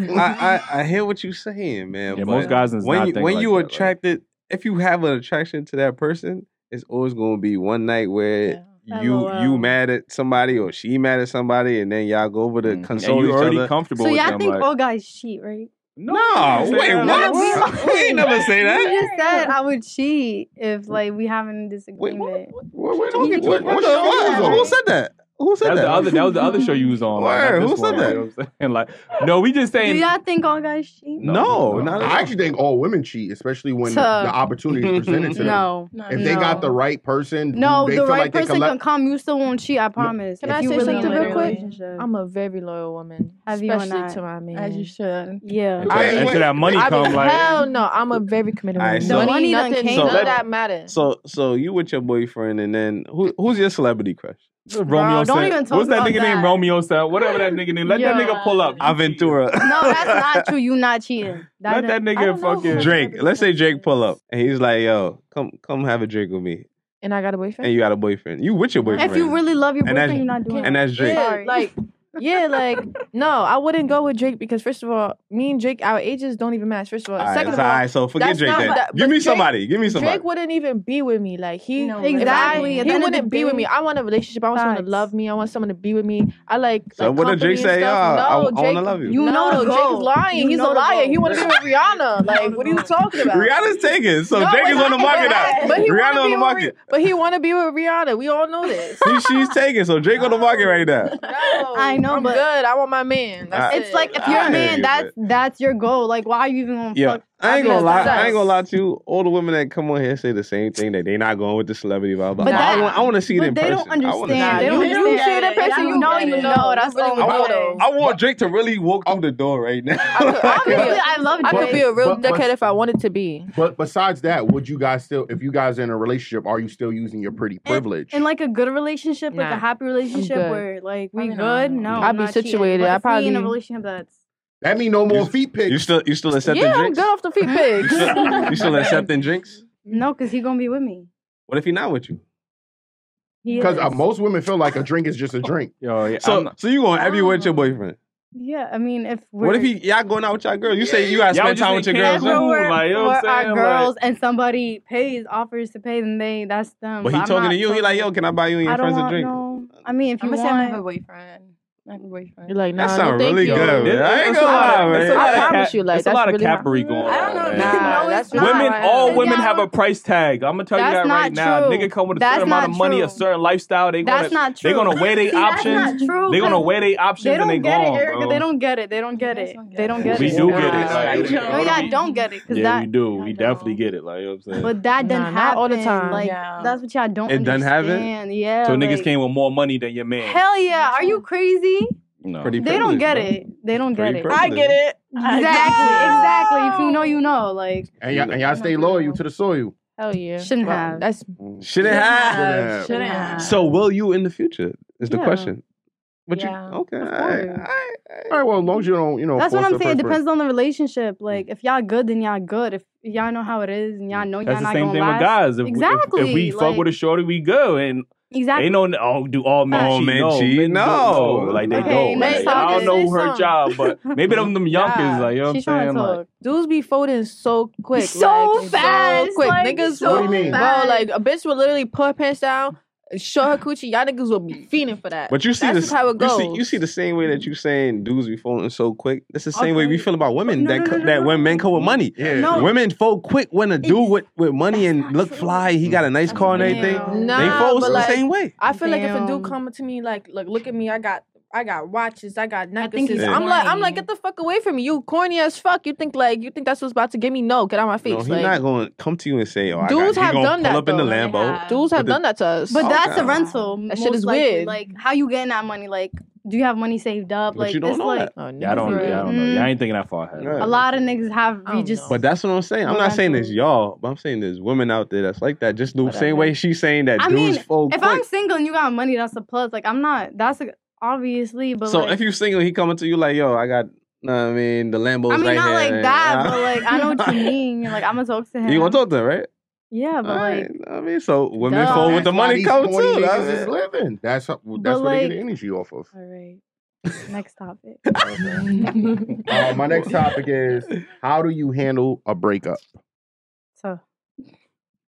B: I, I hear what you're saying, man.
A: Yeah,
B: but
A: most guys is
B: when
A: not
B: you,
A: think
B: when
A: like
B: you
A: that, like-
B: attracted, if you have an attraction to that person, it's always gonna be one night where
D: Yeah.
B: you
D: LOL.
B: you mad at somebody or she mad at somebody, and then y'all go over to
A: Mhm.
B: console
A: and
B: each
A: you already
B: other.
A: comfortable
D: So
A: with
D: y'all
A: them.
D: think
A: like,
D: all guys cheat, right?
A: no,
B: no, wait,
D: No, we
B: what?
D: lying.
B: We ain't never say that.
D: You just said I would cheat if
B: Mm.
D: like we having a disagreement.
B: What, what,
D: You
B: what, what,
D: keep talking
B: the-
D: about
B: what-
D: that,
B: who
D: right?
B: said that? Who said
A: That was the other.
B: that?
A: That was the other show you was on. Like,
B: Word,
A: not
B: who
A: this
B: said
A: one,
B: that?
A: You know what I'm saying? Like, no, we just
D: Do
A: saying.
D: y'all think all guys cheat?
A: No,
B: No,
A: no.
B: not at all.
C: I actually think all women cheat, especially when the,
D: Tuh.
C: the opportunity is presented to them.
D: No.
E: Not
C: If they got
D: No.
C: the right person, who
D: No,
C: they
D: the
C: feel
D: right
C: like they
D: person
C: can let-
D: can come. You still won't cheat. I promise.
F: Can
D: If
F: I
D: you
F: say
D: really
F: something
D: in a
F: real quick?
D: relationship.
F: I'm a very loyal woman,
D: Have you and
F: especially
D: I.
F: to my man.
E: As you should.
D: yeah.
A: Until,
F: I mean,
A: until that money
F: I be-
A: come, like,
F: hell no, I'm a very committed
B: Alright,
F: woman.
B: so-
F: money,
D: Money done
F: nothing,
D: came
F: none of
B: from-
F: that matter.
B: So, so you with your boyfriend, and then who, who's your celebrity crush?
A: Romeo
D: Bro, don't
A: said-
D: even talk
A: What's that
D: about
A: nigga named
D: that.
A: Romeo said? Whatever that nigga name. Let that
D: Yeah.
A: nigga pull up. You cheated.
B: Aventura.
D: No, that's not true. You not cheating.
A: Let that
D: I
A: nigga
D: don't know who
A: fucking.
D: the
B: Drake.
D: celebrity
B: Let's say
D: crush
B: Drake pull
D: is.
B: up, and he's like, "Yo, come come have a drink with me."
F: and I got a boyfriend.
B: and you got a boyfriend. You with your boyfriend.
D: If you really love your
B: And that's-
D: boyfriend, you're not doing
B: and
D: it.
B: that's Drake.
F: Yeah,
D: Sorry.
F: like yeah, like no, I wouldn't go with Drake because first of all, me and Drake, our ages don't even match. First of all,
B: All right,
F: second
B: so,
F: of all,
B: all right, so forget
F: that's
B: Drake
F: not
B: then.
F: what- that-
B: Give
F: but
B: me
F: Drake-
B: somebody. Give me somebody.
F: Drake wouldn't even be with me. Like he,
E: No
F: if I-
D: Exactly. At the
F: he
D: end of the
F: wouldn't be with
D: day-
F: me. I want a relationship. I want someone
D: Facts.
F: to love me. I want someone to be with me. I like.
B: So
F: like
B: what did Drake
F: company
B: say,
F: and stuff.
B: "Yeah, I- I
F: No, Drake,
B: wanna love you"?
D: You know
F: no,
D: the
F: Drake
D: goal.
F: is lying.
D: You
F: He's
D: know
F: a
D: the
F: liar.
D: goal.
F: He want to be with Rihanna. Like,
D: the
F: what are you
D: goal.
F: talking about?
B: Rihanna's taken, so
F: No,
B: Drake
F: but
B: is on the
F: I-
B: market now.
F: But he
B: Rihanna
F: wanna
B: on
F: be
B: the
F: with Rih-
B: market.
F: But he want to be with Rihanna. We all know this.
B: See, she's taken, so Drake on the market right now.
F: No,
D: I know,
F: I'm
D: but-
F: good. I want my man. That's
B: I-
F: it.
D: It's like if you're
B: I
D: a
B: hear you,
D: man, that's that's your goal. Like, why are you even going to
B: Yeah,
D: fuck?
B: I ain't
D: I'd be
B: gonna lie.
D: like,
B: I ain't
D: "Sucks."
B: gonna lie to you. All the women that come on here say the same thing that they not going with the celebrity. Blah blah.
D: But
B: blah. I
D: that-
B: want, I want to see it
D: but
B: in
D: they
B: person.
D: don't
B: I wanna see
D: understand.
B: it.
D: They don't
E: You- you
D: understand.
E: see it in person,
D: you
E: you
D: know,
E: get
D: you
E: it.
D: know. That's
F: You
D: all.
F: really
D: we
F: want
D: know.
F: it.
B: I want Drake to really walk through the door right now.
F: I could- I could
D: Obviously,
F: be-
D: I love
F: I could
D: Drake.
F: be a real
C: But- but-
F: dickhead if I wanted to be.
C: But besides that, would you guys still, if you guys are in a relationship, are you still using your pretty privilege?
D: in like a good relationship, like
F: Nah.
D: a happy relationship
F: good.
D: where like we
E: Probably not.
D: good. No,
B: I'd
D: I'm
F: be
D: not cheating.
F: situated.
D: But
F: I
D: if we in
F: probably-
D: a relationship that's
C: that mean no more
B: You- you
C: feet pics.
B: still you still accepting
F: yeah, I'm
B: drinks?
F: good off the feet
B: You
F: pigs.
B: still, you still accepting drinks?
D: no, because he gonna be with me.
B: What if he not with you?
D: He
C: Because
D: is.
C: uh, most women feel like a drink is just a drink.
A: Yo, yeah,
B: So
A: I'm not-
B: so you going every with your boyfriend?
D: yeah, I mean, if we're,
B: What if he y'all going out with y'all girls? You say you gotta
A: Y'all
B: spend
A: just
B: time with your
A: in
B: girls.
D: if
A: Cancun,
B: huh?
D: we're,
A: like, you know what I'm
D: we're our
A: saying? Like-
D: girls and somebody pays offers to pay, then they that's them.
B: But he
D: I'm
B: talking
D: not
B: to you. He
D: fucking-
B: like, yo, can I buy you and your
D: I don't
B: friends a
D: want
B: drink?
D: no. I mean, if
E: I'm
D: you
E: gonna say I have a
D: want,
E: boyfriend. I have a boyfriend.
F: You're like, nah,
B: That
F: no,
B: sounds
F: thank
B: really
F: you.
B: good. man. I ain't
F: It's
B: gonna
F: a lot
B: lie,
F: of-
B: man.
F: it's a lot of
A: I
F: promise
A: cat-
F: you, like,
A: it's a
F: that's
A: lot of
F: really not-
A: Capri going
E: I don't
A: on,
E: know.
A: man.
F: Nah,
D: No,
F: that's
D: it's not.
A: Women,
F: Nah,
A: all
D: it's
A: women
D: not
A: have a
D: worth-
A: price tag. I'm gonna tell you
D: That's
A: that right
D: not
A: now.
D: true.
A: Nigga come with a
D: That's
A: certain amount of
D: not
A: money, a
D: true.
A: certain lifestyle. They
D: that's
A: gonna
D: not true.
A: they gonna weigh their
D: See, That's
A: options.
D: not true.
A: They gonna
D: 'cause
A: weigh their options
D: They
A: and they
D: don't get
A: gone,
D: it, Erica.
A: bro.
D: They don't get it. They don't get
E: guys
D: it.
E: don't get
D: They
E: it.
D: don't
B: We
D: get it.
A: do get it.
F: Nah,
A: like,
F: you
A: you know
D: No,
A: what I
D: yeah,
A: mean?
D: don't get it. Cause
A: Yeah,
D: that
A: we do.
E: I
A: We
E: don't.
A: definitely get it. Like you know what I'm saying.
D: But that didn't
F: Nah,
D: happen.
F: not all the time.
D: Like
E: Yeah.
D: that's what y'all don't
B: It done have it?
D: understand. Yeah.
A: so niggas
D: uh, like,
A: came with more money than your man.
D: Hell yeah! Are you crazy?
A: no.
B: Pretty
D: They don't
B: privileged,
D: get
B: bro.
D: it. They don't get
B: Pretty
D: it.
B: privileged.
E: it.
D: Exactly. Exactly. If you know, you know. Like
C: And y'all, and
E: I'm
C: y'all
E: not
C: stay
E: doing
C: loyal
E: that.
C: to the soil.
F: Hell yeah.
D: Shouldn't have.
F: That's
D: Mm.
B: Shouldn't have.
C: have.
E: Shouldn't have.
B: So will you in the future? Is the
D: Yeah.
B: question. But
E: Yeah.
B: you okay? All
D: Of
B: right, all
D: course.
B: right,
C: All right, well, as long as you don't, you know.
D: that's what
C: force
D: I'm
C: the
D: saying. It
C: first person.
D: depends on the relationship. Like if y'all good, then y'all good. If y'all know how it is and y'all know y'all
A: That's the
D: not
A: same
D: gonna
A: thing
D: last.
A: with guys. If, we- if-
D: Exactly,
A: If, we fuck
D: like-
A: with a shorty, we go. And
D: Exactly.
A: ain't no oh do all men
B: All
A: cheat?
B: men
A: no,
B: cheat?
A: men
B: No.
A: don't. no, like they
D: Okay,
A: don't.
D: let's
A: Like,
D: talk
A: I don't
D: this-
A: know her
F: some-
A: job, but maybe them them young kids.
F: Nah,
A: Like you know what I'm
D: She's trying
A: saying?
D: to
A: Like,
D: talk.
F: dudes be folding so quick,
D: so
F: like,
D: fast.
F: so quick.
D: like,
F: niggas,
D: so
C: What do you mean?
F: bro,
D: fast.
F: like a bitch will literally pull her pants down, show her coochie. Y'all niggas will be
D: Mm.
F: fiending for that.
B: But you see
F: That's
B: this
F: just how it
B: You see,
F: goes.
B: you see the same way that you saying dudes be folding so quick. That's the same way we
D: Okay.
B: feel about women
D: Oh, No,
B: that
D: no,
B: co-
D: no, no,
B: that
D: no.
B: when men come with money.
C: Yeah.
D: No.
B: Women fold quick when a dude with, with money
D: That's
B: and
D: not
B: look
D: true.
B: fly, he got a nice
D: That's
B: car and
D: not
B: everything.
D: true.
B: They
F: Nah,
B: fold
F: but
B: the
F: like-
B: same way.
F: I feel like if a
D: Damn.
F: dude come to me like, look, look at me, I got, I got watches, I got
D: think he's
F: necklaces. I'm like, I'm
E: corny.
F: like, get the fuck away from me. You corny as fuck. You think like, you think that's what's about to get me? No, get out my face.
B: No, he's
F: like,
B: not going to come to you and say, "Oh, I got,
F: Dudes
B: he
F: have
B: gonna
F: done
B: pull
F: that,
B: up in the
F: though.
E: They
B: Lambo."
E: have.
F: dudes have
B: But the-
F: done that to us.
D: But
B: Oh,
D: that's
B: God.
D: a rental.
F: That shit
D: most
F: is
D: likely.
F: weird.
D: Like, how you getting that money? Like, do you have money saved up?
B: But
D: like,
B: you don't
D: it's
B: know
D: like
B: that.
F: Oh,
A: yeah, I don't. Yeah, I
F: niggas real.
A: don't know.
D: Mm.
A: Y'all ain't thinking that far ahead.
B: Right.
D: a lot of niggas have.
F: I
D: We
F: don't
D: just.
F: know.
B: But that's what I'm saying. I'm
D: Well,
B: not saying
D: that's
B: it's
D: what-
B: y'all, but I'm saying there's women out there that's like that. Just the same way she's saying that
D: I
B: dudes
D: mean,
B: fold
D: If
B: quick.
D: I'm single and you got money, that's a plus. Like, I'm not. That's a, obviously, but
B: so
D: like,
B: if you single, he coming to you like, "Yo, I got." Know what I mean, the Lambo's
D: I mean,
B: right
D: not
B: here.
D: like that, but like, I know what you
B: mean.
D: mean. Like, I'm gonna talk to him.
B: You gonna talk to her, right?
D: Yeah, but like,
B: Alright, I mean, so women
D: Duh.
B: fold
D: Well,
B: with the
C: That's why
B: money
C: these
B: come
C: corny
B: too.
C: niggas
B: I
C: is
B: mean.
C: living. That's how, well, that's
D: But,
C: where they get
D: like-
C: the energy off of.
D: all right. Next topic.
C: Uh, my next topic is how do you handle a breakup?
D: So
B: I,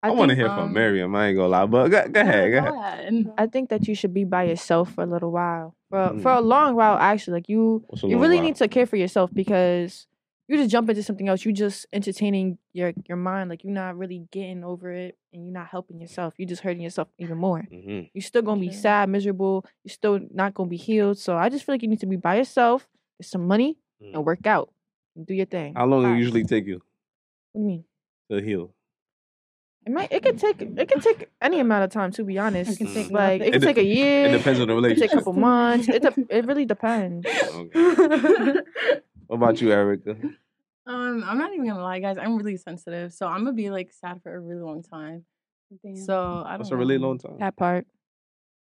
F: I
B: want to
F: think,
B: hear from
E: um,
B: Miriam. I ain't gonna lie, but go, go ahead, go ahead.
F: I think that you should be by yourself for a little while, for
B: Mm.
F: for a long while actually. Like you,
B: What's a
F: you
B: little
F: really
B: while?
F: need to care for yourself because you just jump into something else. You just entertaining your your mind, like you're not really getting over it, and you're not helping yourself. You're just hurting yourself even more.
B: Mhm.
F: You're still gonna be
E: True.
F: sad, miserable. You're still not gonna be healed. So I just feel like you need to be by yourself, get some money,
B: Mm.
F: and work out, and do your thing.
B: How long it
F: Facts.
B: usually take you
F: What do you mean?
B: to heal?
F: It might. It could take. It could take any amount of time. To be honest,
B: can take
F: like it
B: Mm. It
F: could
B: de-
F: take a
B: It
F: year.
D: Eh,
B: depends on the
F: It could take a
B: relationship.
F: couple months. It dep it really depends.
B: Okay. What about you, Erica?
E: Um, I'm not even gonna lie, guys. I'm really sensitive, so I'm gonna be like sad for a really long time. So I don't.
B: That's a really
E: know.
B: long time.
F: That part.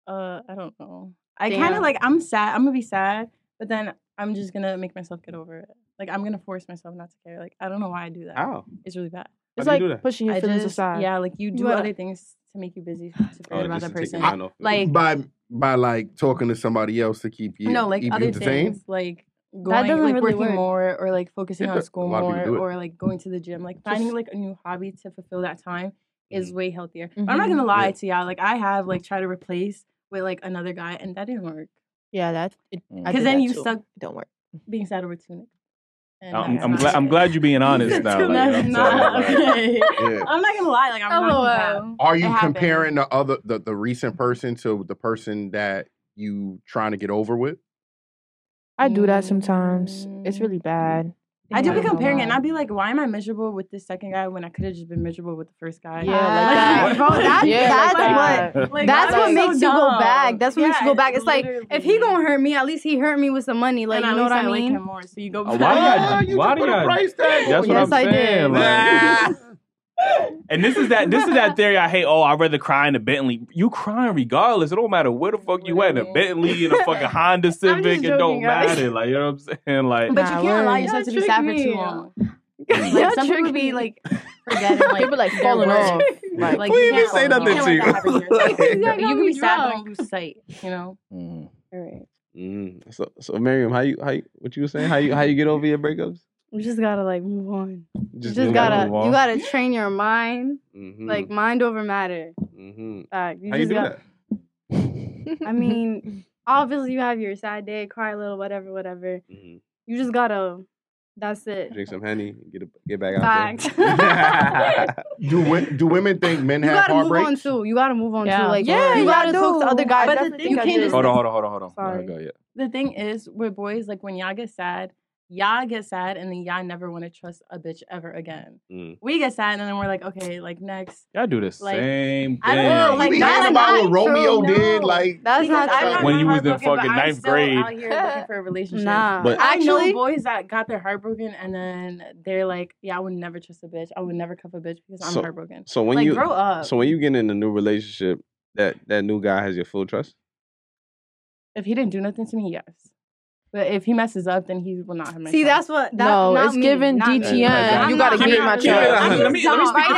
E: Uh, I don't know. I kind
D: Damn.
E: of like I'm sad. I'm gonna be sad, but then I'm just gonna make myself get over it. Like I'm gonna force myself not to care. Like I don't know why I do that.
B: How?
E: It's really bad.
B: do
F: It's
B: you
F: like
B: do that?
F: pushing your
E: I
F: feelings
E: just
F: aside.
E: yeah, like you do
D: But-
E: other things to make you busy to
B: Oh,
E: forget about
B: just
E: that
B: to take your
E: person.
B: mind off it.
E: Like
C: by by like talking to somebody else to keep you
E: no, like
C: keep you
E: other
C: entertained.
E: things, like going
D: doesn't
E: like
D: really
E: working
D: work.
E: more or like focusing
C: Yeah,
E: on
C: that- a
E: school
C: lot of people
E: more
C: do it.
E: or like going to the gym. Like finding like a new hobby to fulfill that time
A: Mm-hmm.
E: is way healthier. But I'm
F: Mhm.
E: not
D: Mm-hmm.
E: gonna lie
B: Yeah.
E: to y'all. Like I have like tried to replace with like another guy and that didn't work.
F: Yeah, that.
A: Mm.
E: Because
F: Because
E: then you stuck
F: Don't work.
E: being sad over tunic. And
A: I'm,
E: that's
A: I'm
E: not
A: glad. I'm
E: it.
A: glad you're being honest now. Like,
E: That's
A: you know what
E: not
A: I'm saying? Like,
E: okay.
C: Yeah.
E: I'm not gonna lie. Like
F: Oh,
E: I'm not. Gonna
D: LOL.
C: Are you
E: It happened.
C: comparing the other the, the recent person to the person that you trying to get over with?
F: I do that sometimes. It's really bad.
E: I do
F: Yeah.
E: be comparing it, and
F: Why?
E: I'd be like, "Why am I miserable with this second guy when I could have just been miserable with the first guy?"
F: Yeah, like
D: Yeah,
F: that.
D: bro, that-
F: yeah,
D: that's
F: like
D: what-
F: that.
E: Like,
D: That's
E: why
D: what
E: am I so
D: makes you go
E: dumb?
D: back. That's what makes you
E: Yeah,
D: go back. It's like if he
E: literally.
D: gonna hurt me, at least he hurt me with some money. Like
E: And at
D: you know what
E: least
D: I
E: like
D: mean?
E: him more, so you go
A: Uh,
E: back.
A: why do y'all-
C: Ah, you
A: why
C: just
A: do
C: put a
A: y'all-
C: price tag.
A: That's what
D: Yes,
A: I'm
D: I did.
A: saying. like-
C: Nah.
A: and this is that. This is that theory I hate. Oh, I'd rather cry in a Bentley. You crying regardless. It don't matter where the fuck you at in a
E: Literally.
A: Bentley in a fucking Honda Civic. It don't
D: joking, guys.
A: matter. Like you know what I'm saying. Like
E: But
F: Nah,
E: you can't allow
F: word.
E: yourself to be
D: Y'all
E: sad
D: trick
E: for too
D: me.
E: long.
D: Y'all
E: Like, some people
D: trick
E: be
D: me.
E: like forgetting, like
F: People like
E: their
F: falling
E: worth.
F: off. Like,
E: Like,
B: Please
E: you can't
B: didn't say
E: let-
B: nothing
E: you
B: to
E: can't let
B: you.
E: that happen to yourself.
D: Y'all
E: you
D: got
E: can
D: me
E: be sad, but
D: drunk.
E: don't lose sight. You know.
A: Mm.
B: Mm. So, so Miriam, how you, how you, what you was saying? How you, how you get over your breakups?
D: You just gotta like move on. You just
A: move
D: gotta
A: on. Mm.
D: you gotta train your mind.
B: Mm-hmm.
D: Like mind over matter.
B: mm-hmm.
D: Like, you
B: how you
D: just
B: do
D: got-
B: that?
D: I mean, obviously you have your sad day, cry a little, whatever, whatever.
B: hmm
D: You just gotta. That's it.
B: Drink some honey, get a, get back out
D: Fact.
B: there.
C: Do women do women think men
D: You
C: have
D: gotta move on
C: heartbreaks?
D: too. You gotta move on
E: Yeah.
D: too. Like
F: Yeah,
D: you
F: yeah,
D: gotta
F: I
D: talk to
F: do.
D: other guys.
E: But the
D: Definitely
E: thing-
D: think
E: you
D: I
E: can't
D: do.
E: just-
A: Hold on, hold on, hold on, hold on.
D: Sorry.
A: Go ahead.
E: the thing is with boys, like when y'all get sad, y'all get sad, and then y'all never want to trust a bitch ever again.
B: Mm.
E: We get sad, and then we're like, okay, like next.
A: Y'all do the
E: Like,
A: same thing.
E: I don't
C: Girl,
E: know,
C: you
E: like,
C: be
E: that's
C: hearing about what
E: not true,
C: Romeo did,
E: no.
C: like
D: That's
E: Because
D: not
E: I
D: true.
E: got
A: When
E: my
A: you was in
E: heartbroken, but
A: fucking
E: I'm
A: ninth
E: still
A: grade.
E: out here looking for a relationship.
D: Nah.
A: But-
E: I
D: actually,
E: know boys that got their heartbroken and then they're like, "Yeah, I would never trust a bitch. I would never cuff a bitch because I'm
B: So-
E: heartbroken."
B: So when
E: like,
B: you,
E: grow up.
B: so when you get in a new relationship, that that new guy has your full trust.
E: if he didn't do nothing to me, yes. But if he messes up, then he will not have my
D: see,
E: trust.
D: that's what. That,
F: no,
D: not
F: it's
D: me,
F: given
D: not me.
F: DTN.
D: I'm
F: You gotta
D: not-
F: give me my
D: I'm not-
B: Yeah.
F: check.
A: Let me-
B: I'm
A: let me
D: Right
A: speak-
D: now, I don't
A: Hold
D: want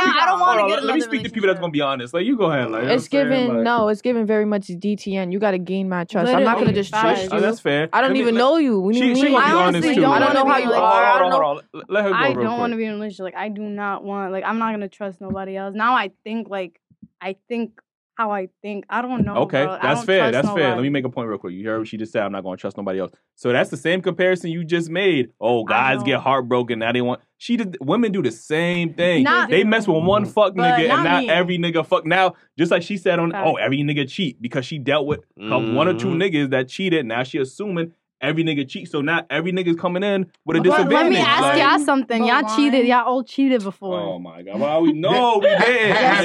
D: to
A: on,
D: get
A: let, let me speak to people that's gonna be honest. Like you go ahead. Like you know
F: It's
A: what I'm saying?
F: given.
A: Like-
F: No, it's given very much DTN. You gotta gain my trust. I'm not gonna
D: Literally,
F: just
D: facts.
F: trust
A: Oh,
F: you.
A: that's fair.
F: I don't
A: Let me-
F: even
A: let-
F: know you. What do
A: She,
F: you
A: she
F: mean?
A: can be
D: I
A: honest
D: honestly
A: too.
D: don't
A: I don't know
D: wanna
A: how
D: be
A: you
D: like-
A: are.
D: I
A: Hold on,
D: don't
A: hold on. hold on. Let her go
D: I
A: real
D: don't want to
A: quick.
D: be in a relationship. Like I do not want. Like I'm not gonna trust nobody else. Now I think like I think how I think. I don't know.
A: Okay,
D: Oh, bro. I
A: that's
D: don't
A: fair.
D: trust
A: That's fair. Let
D: nobody.
A: me make a point real quick. You heard what she just said. I'm not going to trust nobody else. So that's the same comparison you just made. Oh, guys
D: know.
A: get heartbroken. Now they want. She did. Women do the same thing.
D: Not-
A: they mess with
C: Mm-hmm.
A: one fuck
E: But
A: nigga, and
E: not
A: now
E: me.
A: every nigga fuck. Now just like she said on,
D: Facts.
A: oh, every nigga cheat because she dealt with a- one or two
C: Mm-hmm.
B: Mhm.
A: niggas that cheated. Now she assuming every nigga cheat. So now every nigga's coming in with a
E: But
A: disadvantage.
D: Let me ask
A: like-
D: y'all something.
E: But
D: y'all
E: why?
D: cheated. Y'all all cheated before.
A: Oh my god! Well, we no, we did.
D: Yes,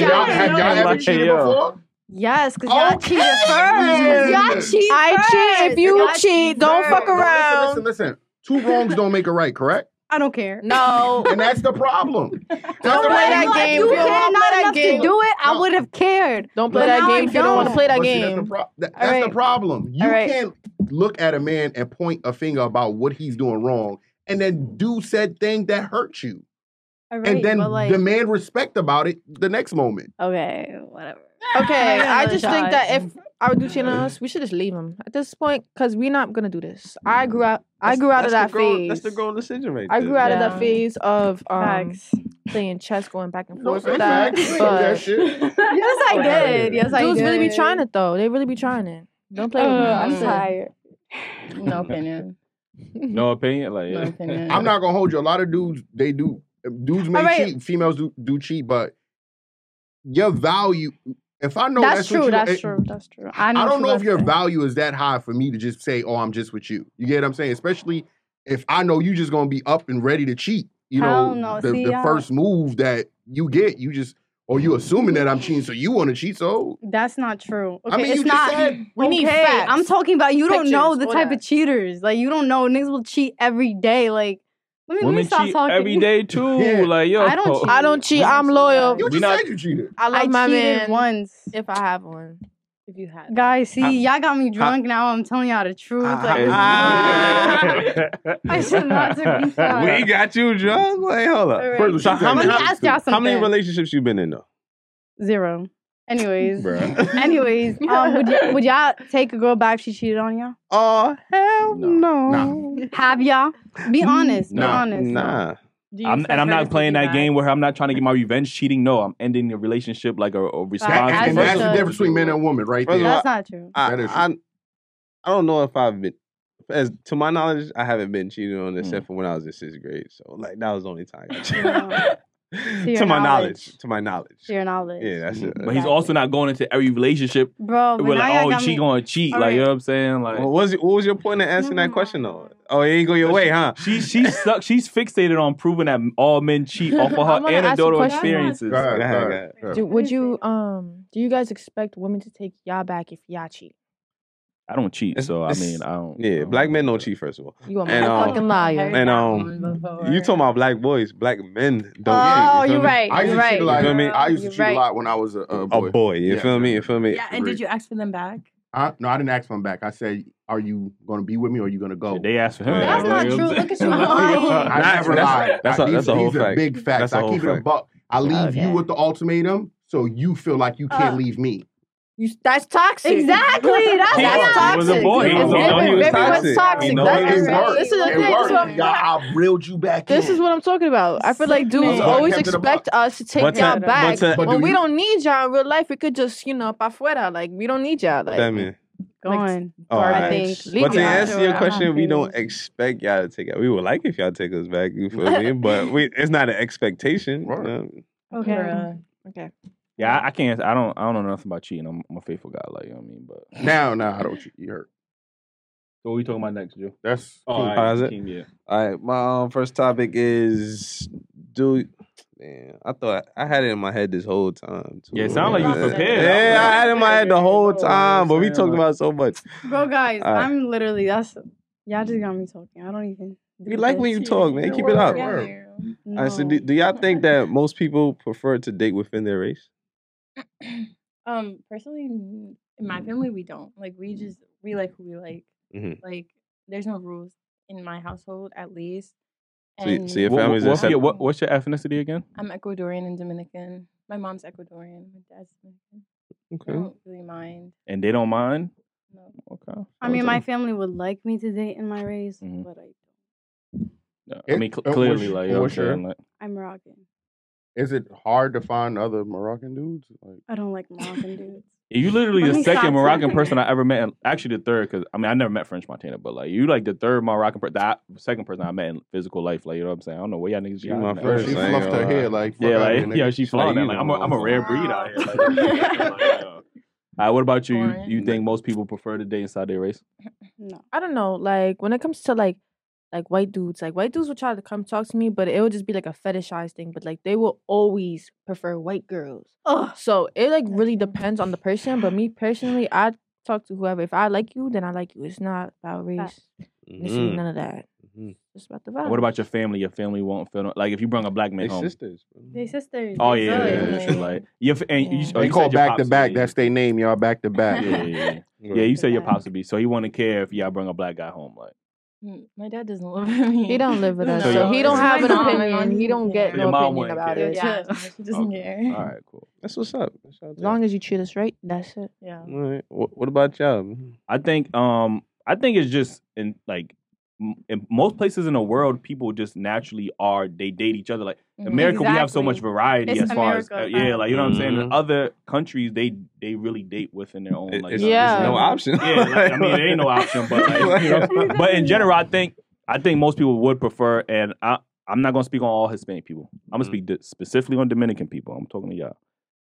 C: have y'all,
D: yes,
C: have y'all
D: yes.
C: ever
A: Like,
C: cheated
A: yo.
C: before?
D: Yes, because y'all
C: Okay.
D: Oh, cheated first. Y'all cheat
F: I cheat
D: first.
F: if you
D: Y'all
F: cheat. Don't
D: first.
F: fuck
C: No,
F: around.
C: Listen, listen, listen. Two wrongs don't make a right, correct?
D: I don't care.
F: No.
C: And that's the problem. That's
F: Don't
C: the
F: play
C: problem.
F: that
D: Like, If
F: game,
D: you
F: Phil. Don't
D: cared
F: play
D: not
F: that
D: enough to
F: game.
D: do it, I
C: No.
D: would have cared.
F: Don't play
D: But
F: that
D: now I
F: game if you don't want to
D: don't.
F: play that
C: But see, that's the,
F: game.
C: pro- that-
D: All
C: that's the
D: right.
C: problem. You
D: All right.
C: can't look at a man and point a finger about what he's doing wrong and then do said thing that hurt you. and then
D: but like,
C: demand respect about it the next moment.
D: okay, whatever.
F: Okay,
D: Yeah,
F: I just think
D: shot.
F: that if I would do cheating on us, we should just leave him at this point because we're not gonna do this. I grew out. I grew out of that
B: That's the grown-
F: phase.
B: That's the grown decision right
F: I
B: there.
F: grew out of
E: Yeah.
F: that phase of um,
D: Facts.
F: playing chess, going back and
C: No
F: forth with that.
C: facts. You ain't do that
F: But
C: shit.
D: Yes, I did. Yes, I did. Uh,
F: dudes really be trying it though. They really be trying it. Don't play with me.
E: Ugh,
D: I'm
E: Mm.
D: tired.
E: no opinion.
A: No opinion. Like
E: No
A: yeah.
E: opinion.
C: I'm not gonna hold you. A lot of dudes, they do. Dudes may
D: All right.
C: cheat. Females do, do cheat, but your value. If I know
D: that's,
C: what
D: true,
C: you,
D: that's
C: it-
D: true. That's true.
C: I,
D: know
C: don't
D: she
C: know if
D: left
C: your
D: it.
C: value is that high for me to just say, "Oh, I'm just with you." You get what I'm saying? Especially if I know you just gonna be up and ready to cheat. You know,
D: Hell no.
C: the,
D: See,
C: the
D: I-
C: first move that you get, you just or you assuming that I'm cheating, so you want to cheat. So
D: That's not true. Okay,
C: I mean,
D: it's
C: you
D: not.
C: just said
F: We need
D: okay,
F: facts.
D: I'm talking about you don't know
F: Pictures,
D: the
F: all
D: type
F: that.
D: of cheaters. Like you don't know niggas will cheat every day. Like let me, let me
A: Women
D: stop
A: cheat
D: talking.
A: every day too.
C: Yeah.
A: Like yo,
D: I don't cheat.
F: I don't cheat.
D: I
F: I'm
D: don't cheat,
F: loyal.
D: guys.
C: you
A: We
C: just
A: not-
C: said you cheated.
F: I love
D: I
F: my
D: cheated
F: man.
D: once.
F: If I have one,
E: if you had.
D: Guys, see,
A: I-
D: y'all got me drunk now. I'm telling y'all the truth. like, I should not have been shot.
B: We got you drunk. Wait, hold up.
D: All right.
C: First of all,
B: So
C: she's
B: how
C: like,
B: many-
D: Let me ask y'all something.
B: How many relationships you been in though?
D: Zero. Anyways,
A: Bruh.
D: anyways, um, would, y- would y'all take a girl back if she cheated on y'all?
B: Oh hell
A: No. Mm.
B: no.
D: Have y'all? Be honest. Be
A: Nah.
D: honest.
B: Nah.
E: Do you
A: I'm,
E: expect
A: and I'm
E: her
A: not
E: to
A: playing
E: be
A: that
E: mad?
A: game with her. I'm not trying to get my revenge cheating. No, I'm ending the relationship like a, a response.
D: I
C: and that's the
D: should.
C: difference between men and women, right
B: First of
C: there.
B: all,
D: That's not true.
B: I,
C: That is-
B: I I don't know if I've been as to my knowledge, I haven't been cheated
A: Hmm.
B: on except for when I was in sixth grade. So like that was the only time I got cheated. on.
D: Wow.
B: to,
D: your
B: my knowledge.
D: knowledge.
B: To my knowledge.
D: To your knowledge.
B: Yeah, that's it.
A: But he's also not going into every relationship
D: Bro, but
A: with
D: now
A: like,
D: y'all
A: oh,
D: got
A: she
D: me.
A: gonna cheat. Like,
D: Alright.
A: you know what I'm saying? Like,
B: Well, what was what was your point in answering that
D: Never
B: question though?
D: mind.
B: Oh, it ain't go your way, huh?
A: she she's stuck. She's fixated on proving that all men cheat off of
F: I
A: her
F: wanna ask a
A: anecdotal
F: question.
A: experiences.
C: Go ahead,
B: Go
C: go
B: ahead,
C: ahead,
B: go ahead.
C: go ahead.
F: Do, would you um? Do you guys expect women to take y'all back if y'all cheat?
A: I don't cheat,
B: It's-
A: so I
B: it's-
A: mean, I don't. I
B: Yeah,
A: don't-
B: black men don't cheat first of all.
F: You a
B: And, um,
F: motherfucking liar.
B: and, um, You talking about black boys? Black men don't
D: Oh,
B: cheat. feel
D: you're
B: me?
D: right.
C: I used
D: you're
C: to
D: right.
C: cheat a lot.
B: You feel me?
C: I used to
D: You're
C: cheat
D: right.
C: a lot when I was a, a boy.
B: A boy, you
C: Yeah.
B: feel me? You feel me?
E: Yeah, and
C: Agreed.
E: did you ask for them back?
C: I, no, I didn't ask him back. I said, "Are you going to be with me, or are you going to go?"
A: Shit, They asked for him.
D: That's
A: Like,
D: not
A: you know what I'm
D: true. Look at
A: saying?
D: you
A: Like,
D: lying.
C: I
B: That's-
C: never
B: that's-
C: lied.
B: that's a-
C: these,
B: that's a whole
C: these are
B: fact.
C: big facts.
B: That's a
C: I
B: whole
C: keep it a
B: fact.
C: buck. I leave you
F: Okay.
C: with the ultimatum, so you feel like you can't
D: Uh,
C: leave me.
F: You that's toxic.
D: Exactly. That's
A: He
D: not
A: was- he was a
D: toxic.
A: boy. He
D: It's
A: was a
D: different.
A: boy. He was
D: Baby, what's
B: toxic.
D: toxic?
B: You know,
D: That's
B: it
D: different.
C: worked.
F: This is the
C: It
F: thing, this is
C: worked.
F: what I'm-
C: Y'all, I reeled you back
F: This
C: in.
F: is what I'm talking about. I feel like dudes
E: Sickening.
F: always
C: Kept it a
F: expect us to take
B: But to-
F: y'all
B: but
F: back.
B: to-
C: But
F: when
C: do
F: we
C: you-
F: don't need y'all in real life, we could just, you know, pa fuera. Like we don't need y'all. Like
B: That man.
D: Gone.
B: All
D: I
B: right.
D: think.
F: Leave
B: But to
F: y'all.
B: answer your
E: I'm
B: question, we
E: happy.
B: don't expect y'all to take out. We would like if y'all take us back. You feel me? But we, it's not an expectation.
C: Right.
B: Um,
D: Okay.
E: uh,
F: Okay.
A: Yeah, I, I can't. I don't. I don't know nothing about cheating. I'm, I'm a faithful guy. Like you know what I mean. But
C: Now, now I don't cheat. You hurt.
A: so what are you talking about next, Joe?
C: That's
A: Oh,
B: all right.
A: that's it. Yeah.
B: All right. My um, first topic is do. Man, I thought I had it in my head this whole time. Too.
A: Yeah, it sounded like you was
B: Yeah.
A: prepared.
B: Yeah, I had it in my head the whole
A: know what I'm
B: time, but we
A: saying,
B: talked
A: like-
B: about so much.
D: Bro, guys,
B: All right.
D: I'm literally. That's y'all just got me talking. I don't even.
B: We like when you talk, man. Keep it up.
C: Yeah.
B: All right, so do, do y'all think that most people prefer to date within their race?
E: Um, personally, n- in my family, we don't like. We just we like who we like.
B: Mhm.
E: Like, there's no rules in my household, at least.
B: So y- so your
A: What,
B: family's
A: what-
B: accept-
A: yeah, what- what's your ethnicity again?
E: I'm Ecuadorian and Dominican. My mom's Ecuadorian. My dad's Dominican. I
B: Okay.
E: don't really mind.
A: And they don't mind.
E: No.
A: Okay.
D: I mean, my family would like me to date in my race,
A: Mhm.
D: but I,
A: Yeah, I
C: It-
A: mean, cl-
C: uh,
A: clearly,
C: what's-
A: like you know what I'm
C: what's your-
A: saying. Like,
D: I'm Moroccan.
C: Is it hard to find other Moroccan dudes? Like,
A: Oh,
D: I don't like Moroccan dudes.
A: you literally
D: Let
A: the
D: me
A: second
D: stop
A: Moroccan
D: talking.
A: person I ever met. and Actually, the third because I mean I never met French Montana, but like you like the third Moroccan person, that second person I met in physical life. Like you know what I'm saying. I don't know where y'all niggas.
B: She
A: got
B: my
A: that.
B: first,
C: she
B: I ain't
C: fluffed
B: gonna
C: her
B: lie.
C: hair. Like, fuck
A: Yeah,
C: outta
A: like
C: here,
A: yeah,
C: nigga.
A: she
B: She's like,
A: flying that.
B: you
A: Like I'm a, I'm a
B: know.
A: rare breed out here. Like, you know what I'm saying? Like, yeah. All right, what about you? You, you
E: Foreign.
A: think most people prefer to date inside their race?
D: No.
F: I don't know. Like when it comes to like like white dudes, like white dudes would try to come talk to me, but it would just be like a fetishized thing. But like they will always prefer white girls.
D: Ugh.
F: So it like
E: That's
F: really
E: true.
F: depends on the person. But me personally, I talk to whoever. If I like you, then I like you. It's not about race. This ain't
B: Mhm.
F: none of that.
B: Mhm.
F: It's about the vibe.
A: And what about your family? Your family won't feel no- like if you bring a black man
B: They
A: home.
B: sisters. bro.
D: They sisters.
A: Oh
D: they
A: yeah, yeah, yeah,
D: good.
A: yeah, shit like your f- and you,
E: Yeah.
A: oh,
C: They
A: you
C: call
A: said your
C: back to
A: pops
C: back.
A: would be-
C: That's their name, y'all. Back to back.
A: yeah, yeah, yeah.
B: Yeah.
A: Yeah, you say your
D: Back.
A: pops would be. So he wouldn't care if y'all bring a black guy home. Like
E: Mm, My dad doesn't live with me.
F: He don't live with us,
A: So
F: so,
A: your-
F: he don't
A: so
F: have
E: my
F: an
E: mom- my mom
F: opinion. He
E: doesn't
F: don't get
E: care.
A: Your
F: no
A: mom
F: opinion
A: wouldn't
F: about
A: care.
F: it.
D: Yeah.
E: Yeah, she doesn't
A: Okay.
E: care.
B: Uh,
A: all right, cool.
B: That's what's up. That's what's
F: As long as you treat us right, that's it.
E: Yeah.
B: All right. What, what about y'all?
A: I think um I think it's just in like m- in most places in the world people just naturally are they date each other like
F: Mm-hmm.
A: America we have so much
D: Exactly.
A: variety
D: It's
A: as far as
D: America.
A: uh, yeah like you know what I'm saying
C: Mm-hmm.
B: Mhm.
A: other countries they they really date within their own
B: It-
A: like
B: it's,
A: you know,
F: Yeah.
B: it's no option.
A: yeah like, I mean it ain't no option but like, you know, but in general I think I think most people would prefer and I I'm not gonna speak on all Hispanic people I'm gonna
B: Mhm.
A: speak di- specifically on Dominican people I'm talking to y'all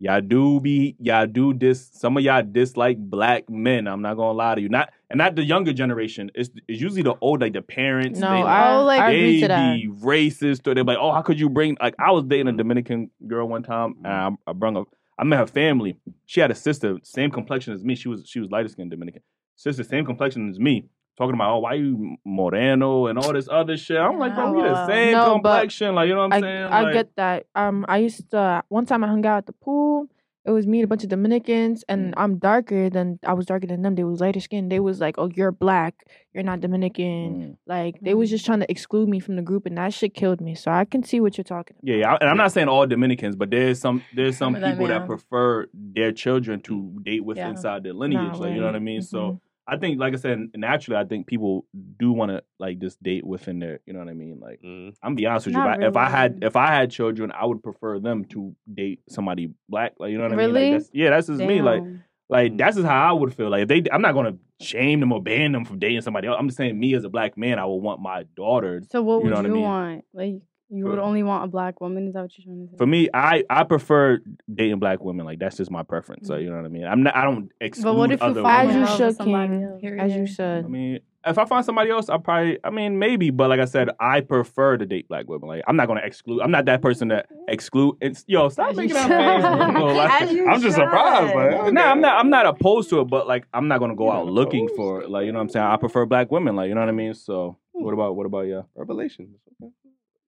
A: Y'all do be y'all do dis some of y'all dislike black men. I'm not gonna lie to you. Not and not the younger generation. It's it's usually the old like the parents.
F: No,
A: they,
F: I,
D: Oh, like-
F: I agree
A: they
F: to that.
A: be racist or they're like, oh, how could you bring like I was dating a Dominican girl one time and
F: Mm-hmm.
A: I, I brought a I met her family. She had a sister, same complexion as me. She was she was lighter skinned Dominican. Sister, same complexion as me. Talking about oh why you Moreno and all this other shit. I'm like, bro, we the
D: Wow.
A: same
F: No, but
A: complexion. Like you know what I'm
F: I,
A: saying?
F: I
A: Like,
F: get that. Um, I used to one time I hung out at the pool It was me and a bunch of Dominicans, and I'm darker than I was darker than them. They was lighter skinned. They was like, "Oh, you're black. You're not Dominican."
A: Mm.
F: Like they was just trying to exclude me from the group, and that shit killed me. So I can see what you're talking.
A: Yeah, yeah, and I'm not saying all Dominicans, but there's some there's some
E: Some of them,
A: people
E: yeah.
A: that prefer their children to date with
E: Yeah.
A: inside their lineage.
F: Nah, Mm-hmm.
A: like you know what I
F: right.
A: mean? So I think, like I said, naturally, I think people do want to like just date within their. You know what I mean? Like
B: Mm.
A: I'm gonna be honest with you. if
D: Not
A: I- If I had
D: really.
A: if I had children, I would prefer them to date somebody black. Like you know what I
D: Really?
A: mean? Like, that's, yeah, that's just me. Like
D: Damn.
A: like that's just how I would feel. Like if they, I'm not gonna shame them or ban them from dating somebody else. I'm just saying, me as a black man, I would want my daughter
D: So what
A: you
D: would
A: know what I
D: you
A: mean?
D: want? Like you would
A: For-
D: only want a black woman? Is that what you're trying to say?
A: For me, I I prefer dating black women. Like that's just my preference. Like, you know what I mean? I'm not. I don't exclude
D: Mm. but what if you
A: other
D: fall in
F: As you
A: women.
D: love
F: should,
D: with somebody
F: King.
D: else?
E: Here
F: mm-hmm. As you
E: it is.
A: I
F: said,
A: mean, if I find somebody else, I probably. I mean, maybe. But like I said, I prefer to date black women. Like I'm not gonna exclude. I'm not that person that exclude. It's, yo, stop
E: As you
A: making that
E: should.
A: face. bro. Like,
E: As you
A: I'm just surprised.
E: should.
A: Like,
B: Okay.
A: no, I'm not. I'm not opposed to it. But like, I'm not gonna go
B: You're
A: out
B: not
A: looking
B: opposed.
A: for. it. Like, you know what I'm saying? I prefer black women. Like, you know what I mean? So,
E: Hmm.
A: what about what about you?
B: Revelations. Okay.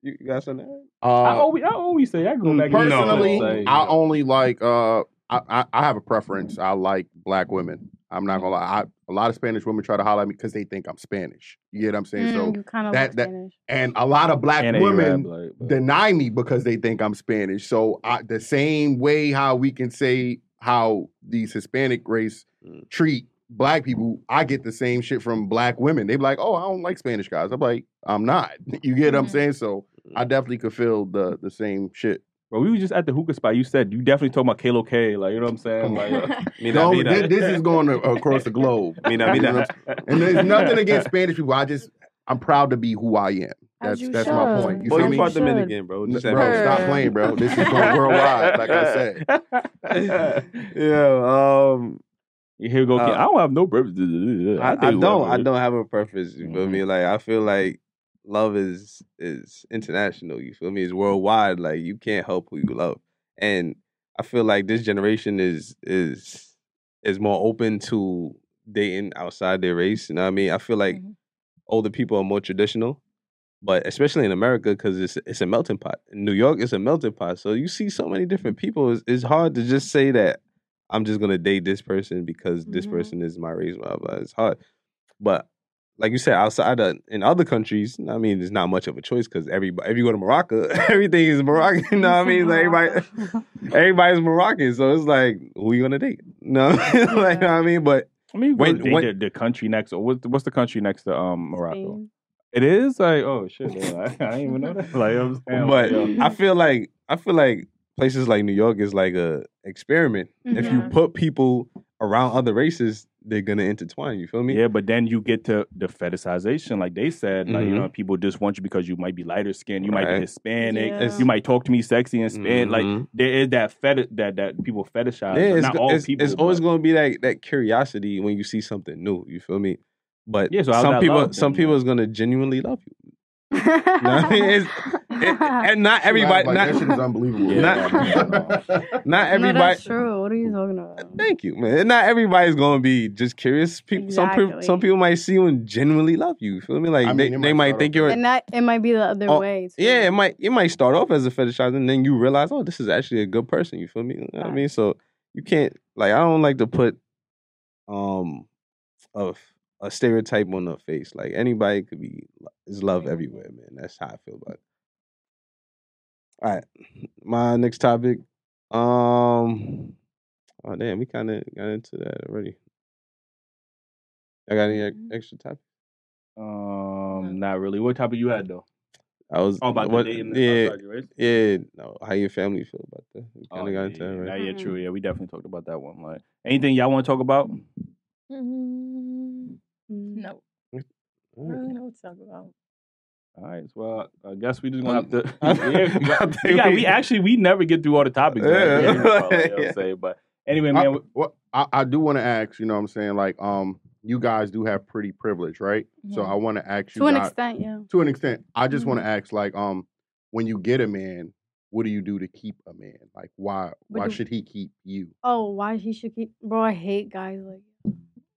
B: You, you got something? to add?
A: I
C: Uh, mm,
A: always I always say I go back and-
C: personally,
A: Like,
C: I only like. Uh, I, I I have a preference. I like black women. I'm not gonna lie. I, a lot of Spanish women try to holler at me because they think I'm Spanish. You get what I'm saying?
D: Mm,
C: So,
D: you kind of
C: that-
D: look
C: that-
D: Spanish.
C: and a lot of black
A: and A-Rab,
C: women
A: like, but-
C: deny me because they think I'm Spanish. So I, the same way how we can say how these Hispanic race
B: Mm.
C: treat black people, I get the same shit from black women. They be like, "Oh, I don't like Spanish guys." I'm like, "I'm not." You get what I'm
E: Mhm.
C: saying? So I definitely could feel the the same shit.
A: Bro, we were just at the hookah spot. You said you definitely talking about Kalo K. Like, you know what I'm saying? Like, uh,
B: Mira,
C: No,
B: mira.
C: thi- this is going a- across the globe.
B: Mira,
C: You know
B: mira.
C: what I'm- and there's nothing against Spanish people. I just I'm proud to be who I am.
F: As
C: That's
F: you
C: that's my
F: should.
C: point. You
B: Boy,
C: feel
B: you
C: me?
B: part
F: should.
B: Dominican, bro.
C: N-
B: Just
C: bro,
B: admit it.
C: stop playing, bro.
B: Oh,
C: This is going worldwide, like I said.
A: said.
B: Yeah, um,
A: Here we go. Ken.
B: Uh,
A: I don't have no purpose. I,
B: I, I don't. I don't have a preference. You feel
A: Mhm.
B: me? Like I feel like love is is international. You feel me? It's worldwide. Like you can't help who you love, and I feel like this generation is is is more open to dating outside their race. You know what I mean? I feel like
E: Mhm.
B: older people are more traditional, but especially in America because it's it's a melting pot. In New York is a melting pot, so you see so many different people. It's, it's hard to just say that I'm just gonna date this person because this
D: Mhm.
B: person is my race. Blah blah. It's hard, but like you said, outside of, in other countries, I mean, there's not much of a choice because everybody. If you go to Morocco, everything is Moroccan. You know what I mean? Like everybody. Everybody's Moroccan, so it's like, who you gonna date? No, like you know what I mean, but
A: I mean,
B: When-
A: when,
B: when-
A: the, the country next, or what's the, what's the country next to um Morocco?
D: Spain.
A: It is like, oh shit, man, I, I didn't even know that. Like, you know what I'm saying?
B: but
A: Like, yo.
B: I feel like I feel like places like New York is like a experiment. If you
D: Mm-hmm.
E: Mhm.
B: put people around other races, they're gonna intertwine. You feel me?
A: yeah, but then you get to the fetishization, like they said, like you
B: Mhm.
A: know, people just want you because you might be lighter skinned, you might
B: Right.
A: be Hispanic,
B: It's-
A: you might talk to me sexy and Spanish. Like
B: Mhm.
A: there is that fetish that that people fetishize.
B: yeah, it's,
A: not
B: go-
A: all
B: it's,
A: people.
B: it's always
A: but-
B: gonna be that that curiosity when you see something new. You feel me? But
A: Yeah, so how's
B: some
A: that
B: people
A: love
B: some
A: then,
B: people
A: like?
B: is gonna genuinely love you. You know what I mean? It's- it- and not everybody
C: Like,
B: not,
C: that shit is unbelievable.
A: Yeah.
B: not
D: no,
B: everybody
D: that's true. What are you talking about?
B: Thank you, man. And Not everybody's gonna be just curious. People, some people,
D: Exactly.
B: some people might see you and genuinely love you. Feel me? Like
C: I mean,
B: they,
C: it
B: they
C: might
B: might
C: start
B: think
C: off
B: you're.
D: And that it might be the other
B: Oh,
D: way. too.
A: Mm-hmm.
B: Yeah, it might it might start off as a fetishizer, and then you realize, oh, this is actually a good person. You feel me? You know what I mean, so you can't like I don't like to put um of a stereotype on a face. Like anybody could be is love everywhere, man. That's how I feel about it. All right, my next topic. Um, oh damn, we kind of got into that already. I got any
A: Mm-hmm.
B: ex- extra topic?
A: Um, not really. What topic you had though?
B: I was
A: Oh, about
B: what-
A: the dating
B: yeah, Oh,
A: outside your race?
B: yeah. No, how your family feel about that? We kind
A: Oh,
B: of
A: yeah,
B: got
A: yeah,
B: into that,
A: yeah.
B: right?
A: Nah, yeah, true. Yeah, we definitely talked about that one. Like, anything y'all want to talk about?
E: Mhm.
D: Mm.
E: No, I
B: All
E: don't
B: right.
E: really know what to talk about.
A: All right, well, I guess we just gonna have to.
B: Um,
A: yeah, we,
B: I
A: got,
B: think
A: we, got- we
B: we-
A: actually we never get through all the topics.
B: Yeah.
A: man. Yeah, you know, like, you know what
B: Yeah.
A: I'm saying? But anyway,
C: I,
A: man. we-
C: well, I, I do want to ask, you know what I'm saying? Like, um, you guys do have pretty privilege, right? So
E: Yeah.
C: I want to ask you
D: To an
C: guys-
D: extent, yeah.
C: to an extent. I just want to ask, like, um, when you get a man, what do you do to keep a man? Like, why
D: What
C: why
D: do-
C: should he keep you?
D: Oh, why he should keep? Bro, I hate guys like.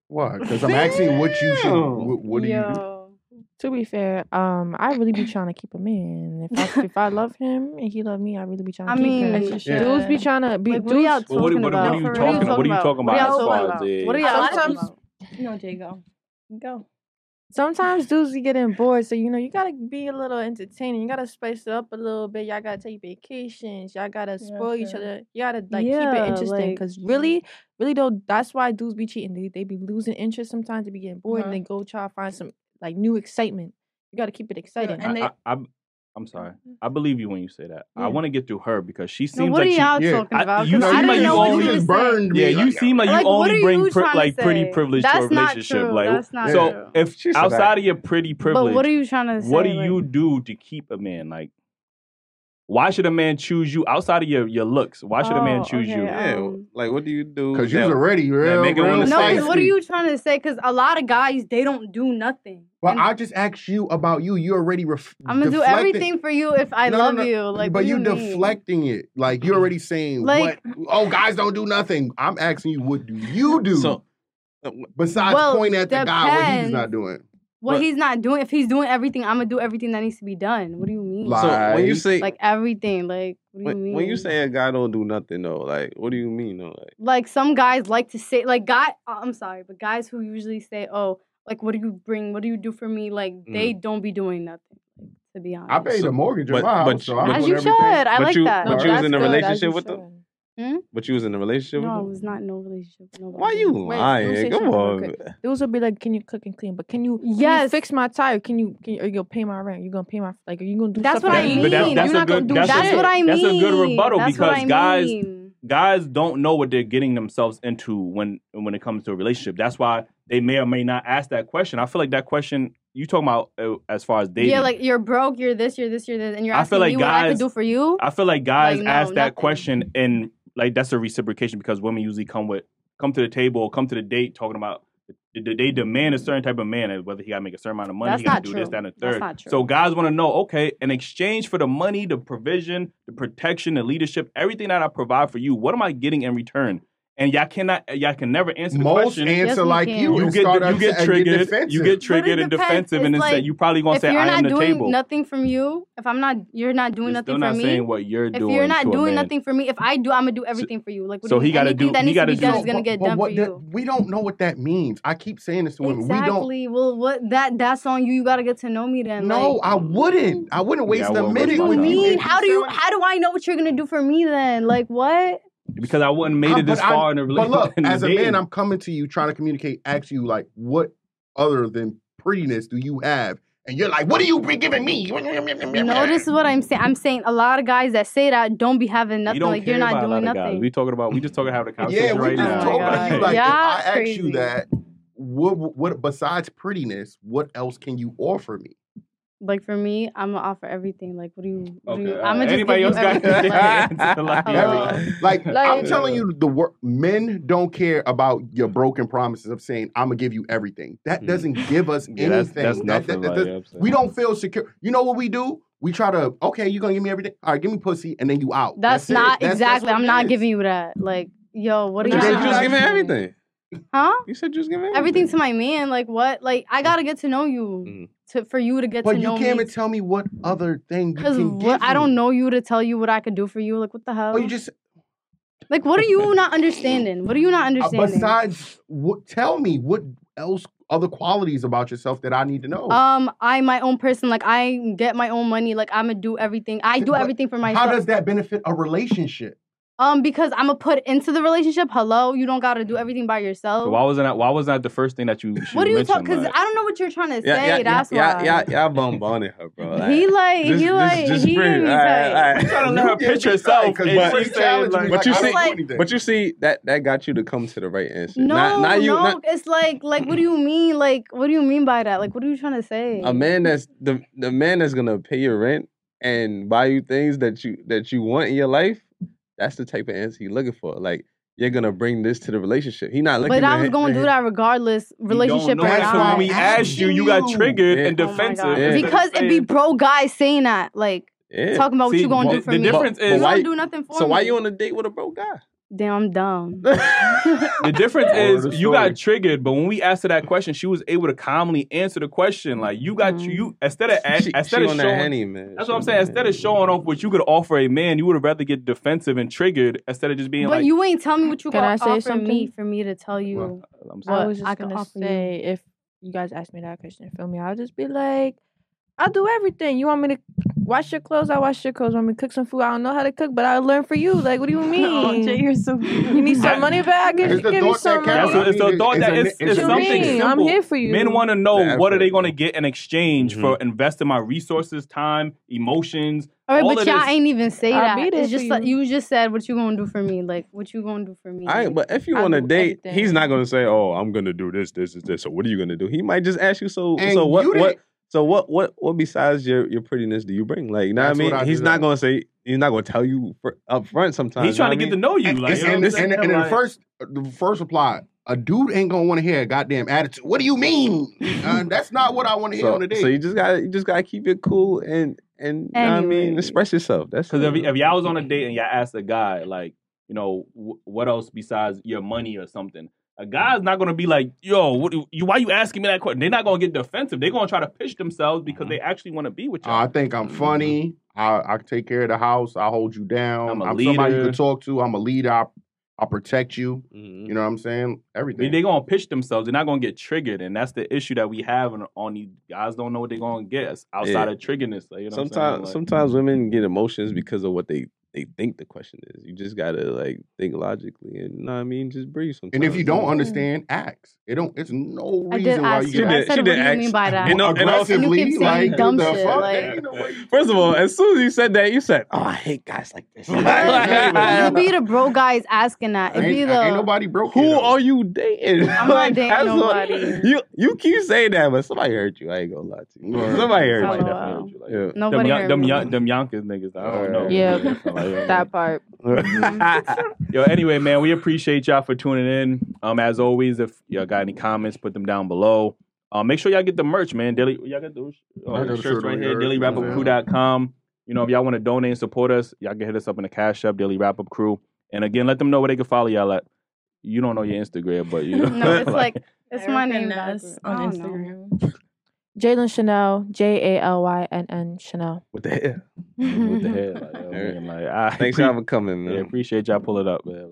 C: Why? Because I'm asking what you should.
B: Damn.
C: What, what do you do?
D: Yo.
F: To be fair, um, I really be trying to keep a man. If I, if I love him and he love me, I really be trying to
D: I
F: keep
D: mean,
F: him.
E: As you
C: Yeah.
E: should.
F: Dudes be trying to be
D: Like, what are
F: dudes.
D: y'all
A: Well, what, what,
D: talking
A: what
D: about?
A: are you
D: For real.
A: talking about? What are you talking
D: What
A: about
D: are
A: as
D: y'all
A: far as
D: talking about?
A: the-
D: What are
F: A
D: y'all
F: lot of
D: talking
F: times-
D: about?
E: No, Jay, go. Go.
F: Sometimes dudes be getting bored, so you know you gotta be a little entertaining. You gotta spice it up a little bit. Y'all gotta take vacations. Y'all gotta spoil each
E: true.
F: other. You gotta like keep
D: Yeah,
F: it interesting.
D: like-
F: Cause really, really though, that's why dudes be cheating. They they be losing interest sometimes. They be getting bored
E: Uh-huh.
F: and they go try to find some like new excitement. You gotta keep it exciting.
E: and they-
A: I, I, I, am sorry. I believe you when you say that. I
F: Yeah.
A: want to get to her because she
D: No,
A: seems
D: what
A: like
D: are
A: she.
D: y'all
C: yeah.
D: talking
A: I-
D: about?
A: you
D: 'Cause I
A: seem
D: didn't
A: like you
D: know what
A: only-
D: you
A: just
D: was saying.
C: burned me.
A: yeah, you
C: Like,
A: seem like,
D: Like,
A: you
D: what are
A: only
D: you
A: bring pri-
D: trying to
A: like pretty
D: say?
A: privilege to a
D: That's not
A: relationship.
D: true.
A: Like
D: That's not
A: so,
D: true.
A: if
B: She said
A: outside
B: that.
A: of your pretty
D: But
A: privilege,
D: what are you trying to say?
A: what do
D: like-
A: you do to keep a man? Like, why should a man choose you outside of your, your looks? Why should a man
D: Oh,
A: choose
D: okay,
A: you?
B: Yeah,
D: Um,
B: like what do you do?
C: Because you're
B: that-
C: already real.
A: make it
C: real
A: wanna
D: No,
A: say-
D: because what are
C: feisty.
D: you trying to say? Because a lot of guys they don't do nothing.
C: But
D: And
C: I just asked you about you. You already ref-
D: I'm gonna do
C: deflected-
D: everything for you if I
C: No, no,
D: love
C: no.
D: you. Like,
C: but
D: what do you,
C: you
D: mean?
C: deflecting it. Like you're already saying
D: Like-
C: what? Oh, guys don't do nothing. I'm asking you, what do you do
B: So uh,
C: besides
D: Well,
C: point at the guy what he's
D: depends.
C: not doing?
D: What
B: But-
D: he's not doing. If he's doing everything, I'm gonna do everything that needs to be done. What do you mean?
C: Like-
B: so when you
C: Like-
B: say
D: Like everything. Like what do you
B: when,
D: mean?
B: when you say a guy don't do nothing though, like what do you mean though? Like
D: like some guys like to say like guy. I- I'm sorry, but guys who usually say, "Oh, like what do you bring? What do you do for me?" Like they
B: Mm.
D: don't be doing nothing. To be honest,
C: I paid
B: So-
C: the mortgage
B: but-
C: of my house,
B: but-
C: so I'm
B: but-
D: as
C: doing
D: you
C: everything.
D: should. I
B: but
D: like
B: you
D: that.
B: but you was
D: That's
B: in a
D: good.
B: relationship
F: you
B: with them.
D: Hmm?
B: But you was in a relationship
D: No, I
B: with them.
D: was not in a relationship. with nobody.
B: Why you
F: Wait, let me
B: lying?
F: say
B: Come
F: something real
B: on.
F: quick. Dudes will be like, "Can you cook and clean?" But can you? can you
D: Yes.
F: fix my tire. Can you? Can you? Are you gonna pay my rent? You gonna pay my like? Are you gonna do?
D: That's
F: stuff
D: what
F: for
D: I
F: me?
D: mean.
A: But that- that's
F: You're
A: a
F: not gonna
A: good-
F: do
A: that's a-
D: That's
F: shit.
D: what I mean.
A: that's a good rebuttal
D: That's what
A: because
D: I
A: guys-
D: mean.
A: guys don't know what they're getting themselves into when when it comes to a relationship. That's why they may or may not ask that question. I feel like that question you talking about uh, as far as dating.
D: Yeah, like you're broke, you're this, you're this, you're this, and you're
A: I
D: asking
A: feel like
D: me what I
A: guys-
D: could do for you.
A: I feel like guys
D: Like, no,
A: ask that
D: nothing.
A: question and like that's a reciprocation because women usually come with come to the table, come to the date talking about they they demand a certain type of man, and whether he got to make a certain amount of money,
D: That's
A: he got to
D: not
A: do
D: true.
A: this, that, and the
D: That's
A: third.
D: not true.
A: So guys want to know, okay, in exchange for the money, the provision, the protection, the leadership, everything that I provide for you, what am I getting in return? And y'all cannot, y'all can never answer the
C: Most
A: question.
C: answer
D: Yes, we
C: like
D: can.
C: you,
A: you
C: and
A: get
C: start
A: you
C: upset
A: get
C: and
A: triggered, you
C: defensive.
A: get
D: But it
A: triggered and
D: depends.
A: defensive, and
D: It's
A: then say
D: like,
A: you probably gonna
D: If
A: say
D: you're
A: I am
D: not
A: the
D: doing
A: table.
D: nothing from you, if I'm not, you're not doing
A: You're
D: nothing
A: still
D: for
A: not
D: me.
A: saying what you're
D: if
A: doing.
D: you're
A: to
D: not
A: a man.
D: doing nothing for me, if I do, I'm gonna do everything for you. Like, what
A: so
D: do you
A: he
D: mean?
A: gotta
D: Anything
A: do-
D: that
A: he
D: needs to
A: gotta
D: be done
A: do-
D: is gonna get
C: but
D: done for
C: what that-
D: you.
C: we don't know what that means. I keep saying this to women. We
D: Exactly. Well, what that that's on you. You gotta get to know me
C: don't.
D: then.
C: No,
D: like,
C: I wouldn't. I wouldn't
A: Yeah, I
C: waste a
A: wouldn't waste
C: minute
A: my
C: with
A: time.
C: you.
D: mean?
C: If
D: How do
C: sound
D: you?
C: like-
D: How do I know what you're gonna do for me then? Like what?
A: because I wouldn't made
C: I-
A: it this
C: but I-
A: far in a
C: But
A: relationship.
C: look,
A: in
C: as a
A: dating.
C: man, I'm coming to you trying to communicate, ask you like, what other than prettiness do you have? And you're like, what are you giving me?
D: No, this is what I'm saying. I'm saying a lot of guys that say that don't be having
A: We
D: nothing.
A: don't
D: Like
A: care
D: you're not
A: about a
D: doing
A: lot of guys.
D: nothing.
A: We talking about we just talking about having a
C: Yeah,
A: conversation
C: we
A: right
C: just
A: now.
D: Oh my
C: talking to you
D: God.
C: like,
D: Yeah,
C: if
D: it's
C: I ask you
D: crazy.
C: that, what, what besides prettiness, what else can you offer me?
D: like for me, I'm gonna offer everything. Like what do you? What do you
A: okay.
D: I'm
A: uh,
D: gonna just give
A: anybody
D: you
A: else got
D: everything. like,
A: answer like,
D: Hello.
C: Every- like, I'm
F: Like-
C: telling you, the wor- men don't care about your broken promises of saying I'm gonna give you everything. That
B: Mm.
C: doesn't give us
A: Yeah,
C: anything.
A: that's that's
C: That-
A: nothing.
C: that- that-
A: like,
C: that-
A: I'm saying.
C: we don't feel secure. You know what we do? We try to okay, you're gonna give me everything. All right, give me pussy, and then you out.
D: That's,
C: it.
D: not
C: That's- that's
D: exactly.
C: what
D: I'm
C: it
D: not
C: is.
D: giving you that. Like yo, what
B: But you
D: are you?
B: said you was
D: asking
B: giving
D: me?
B: everything.
D: Huh?
B: You said you was giving everything.
D: Everything to my man. Like what? Like I gotta get to know you
B: Mhm.
D: to for you to get
C: Mm. But
D: to
C: you
D: know
C: can't
D: me.
C: even tell me what other thing you
D: Cause
C: can
D: what
C: give
D: I don't
C: me.
D: know you to tell you what I could do for you. Like what the hell?
C: Or you just
D: like what are you not understanding? What are you not
C: uh,
D: understanding?
C: besides what? Tell me what else other qualities about yourself that I need to know.
D: um, I my own person. Like I get my own money. Like I'm gonna do everything. I do
C: But
D: everything for myself.
C: How does that benefit a relationship?
D: Um, because I'm gonna put into the relationship. Hello, you don't gotta do everything by yourself.
A: So why wasn't that? Why wasn't that the first thing that you?
D: what are you
A: mentioned?
D: talking? Because
A: like,
D: I don't know what you're trying to say. that's
B: yeah,
D: why.
B: yeah, yeah, bombarding her, bro. Like,
D: He like
B: just-
D: he
B: just-
D: like
B: just
D: he
B: breathe.
D: gave me
B: All right, all
D: tight.
B: right.
A: trying to let her pitch herself,
C: because
A: and
C: you
A: she's saying
C: challenge me.
A: like,
C: Like,
B: But you
C: I don't
B: see,
C: do
D: like-
C: anything.
B: but you see that that got you to come to the right answer.
D: No,
B: not, not you,
D: no,
B: not
D: it's like like what do you mean? Like what do you mean by that? Like what are you trying to say?
B: a man that's the the man that's gonna pay your rent and buy you things that you that you want in your life. That's the type of answer you're looking for. Like you're gonna bring this to the relationship. He not looking.
D: but
B: to
D: I was
B: hi-
D: gonna
B: to
D: do
B: hi-
D: that regardless,
A: You don't
D: relationship
A: know
D: or
C: That's
A: that, so
C: why
A: when
D: not.
A: we
C: asked
A: asked you, you got
C: you.
A: triggered and
B: Yeah.
D: Oh my
A: defensive
D: God.
B: Yeah.
A: instead of
D: Because it be
A: saying-
D: bro guys saying that, like
B: Yeah.
D: talking about what
A: See,
D: you gonna
A: the-
D: do for
A: the
D: me.
A: difference
D: you
A: is-
D: don't
B: why-
D: do nothing for
B: So
D: me.
B: why you on a date with a broke guy?
D: Damn, I'm dumb.
A: The difference
C: Moral of
A: is
C: the
A: you got
C: story.
A: triggered, but when we asked her that question, she was able to calmly answer the question. Like you got
D: Mm.
A: you instead of
B: she,
A: instead
B: she
A: of
B: on that
A: showing-
B: henny, man.
A: That's
B: She
A: what
B: on
A: I'm saying.
B: that
A: Instead
B: henny.
A: of showing off what you could offer a man, you would have rather get defensive and triggered instead of just being
D: But
A: like,
D: you ain't tell me what you
F: Can
D: can
F: I say
D: offer me
F: something?
D: for me to tell you.
C: Well,
A: I'm sorry.
D: What
F: I was just
D: I can
F: gonna
D: offer you.
F: say if you guys asked me that question, feel me? I'll just be like, I'll do everything. You want me to wash your clothes? I wash your clothes. Want me to cook some food? I don't know how to cook, but I'll learn for you. Like, what do you mean?
E: Oh, Jay, you're so.
F: you need some money back?
C: It's
F: Give,
C: the
F: give me
C: thought
F: some
C: that counts.
F: money.
A: That's what,
C: I
A: it's the
C: mean,
A: thought
C: it's
A: that
C: a-
A: it's,
C: it's
A: it's
C: a
A: something
C: niche.
A: simple.
F: I'm here for you.
A: Men want to know
B: The
A: what are they
B: effort,
A: going to
B: yeah.
A: get in exchange for
C: Mm-hmm.
A: investing my resources, time, emotions.
D: All right,
A: All
D: but
A: of
D: y'all
A: this-
D: ain't even say
F: I'll
D: that.
F: be there
D: it's
F: for
D: just like
F: you.
D: you just said what you gonna do for me. Like what you gonna do for me?
B: I ain't, but if you
F: I
B: on a
F: do
B: date, he's not
F: everything.
B: gonna say, "Oh, I'm gonna do this, this, is this." So what are you gonna do? He might just ask you, "So,
C: And
B: so what,
C: you didn't-
B: what, so what, what, what besides your your prettiness do you bring?" Like, you know what I
C: That's what
B: mean?
C: I do,
B: he's not
C: though.
B: gonna say, he's not gonna tell you for, up front. Sometimes
A: He's trying to get to know you.
C: And,
A: Like, you know
C: and,
A: what I'm
C: and, and,
A: saying?
C: and the
A: Like,
C: first the first reply, a dude ain't gonna want to hear a goddamn attitude. What do you mean? Uh,
B: Mm.
C: that's not what I want to hear on
B: So,
C: the date.
B: so you just gotta, you just gotta keep it cool and and you know what I mean,
D: Anyway.
B: express yourself. That's
A: Because
B: it.
A: if, if y'all was on
C: Mm-hmm.
A: a date and y'all asked a guy, like, you know, wh- what else besides your money or something, a guy's not going to be like, yo, what, do you, why you asking me that question? They're not going to get defensive. They're going to try to pitch themselves because they actually want to be with
C: Uh,
A: y'all. Mm-hmm.
C: I think I'm funny. I, I can take care of the house. I hold you down.
A: I'm a
C: somebody you
A: leader.
C: can talk to. I'm a leader. I, I protect you.
B: Mhm.
A: Mm-hmm.
C: You know what I'm saying?
A: I mean,
C: Everything.
A: they're gonna pitch themselves. They're not gonna get triggered, and that's the issue that we have. And on these guys don't know what they're gonna get outside
B: Yeah.
A: of triggerness. Like, you know
B: sometimes
A: what I'm saying? Like,
B: sometimes women get emotions because of what they they think the question is. You just gotta like think logically and you know what I mean, just breathe sometimes.
C: and if you don't
B: know?
C: understand, ask. It don't. It's no
D: Mm-hmm. I did
C: reason why
D: ask
C: you
D: you.
C: get
B: She
D: I
B: did-
D: said,
B: she
D: what
B: did
D: do you mean
B: ask-
D: by that?
B: and no- and also-
D: And you
C: aggressively.
D: keep saying
C: Like
D: dumb
C: the
D: shit.
C: fuck?
D: Like,
C: Ain't no way you-
B: First of all, as soon as you said that, you said, "Oh, I hate guys like this."
C: Right.
D: you be the bro guys asking that. It be
C: Ain't,
D: the
C: ain't nobody broke.
B: Who
C: here, though.
B: are you dating?
D: I'm not dating
B: that's what-
D: nobody.
B: you you keep saying that, but somebody hurt you. I ain't gonna lie to you.
C: Right.
B: Somebody hurt
D: Hello.
A: somebody
B: you.
A: definitely
D: wow.
A: hurt you. Like,
B: Yeah.
A: Them,
D: nobody
A: young,
D: heard
A: them,
D: me.
A: young, them Yonkers niggas, I don't know.
F: Yeah.
A: Like,
F: that part.
A: Yo, anyway, man, we appreciate y'all for tuning in. Um, as always, if y'all got any comments, put them down below. Um, make sure y'all get the merch, man. Daily, y'all got those
C: I
A: uh,
C: got the
A: shirts
C: shirt on
A: right here,
C: here.
A: dailywrapup.com. You know, if y'all want to donate and support us, y'all can hit us up in the Cash App, Daily Wrap Up Crew. And again, let them know where they can follow y'all at. You don't know your Instagram, but you know.
D: No, it's like it's my
E: Erica
D: name backwards.
E: Ness
D: I
E: on
D: don't know.
E: Instagram.
F: Jalen Chanel, J A L Y N N Chanel.
B: What the hell?
A: what the hell? Like, you know what I mean? Like, I
B: Thanks
A: appre-
B: y'all for coming, man.
A: yeah, appreciate y'all. Pull it up, man.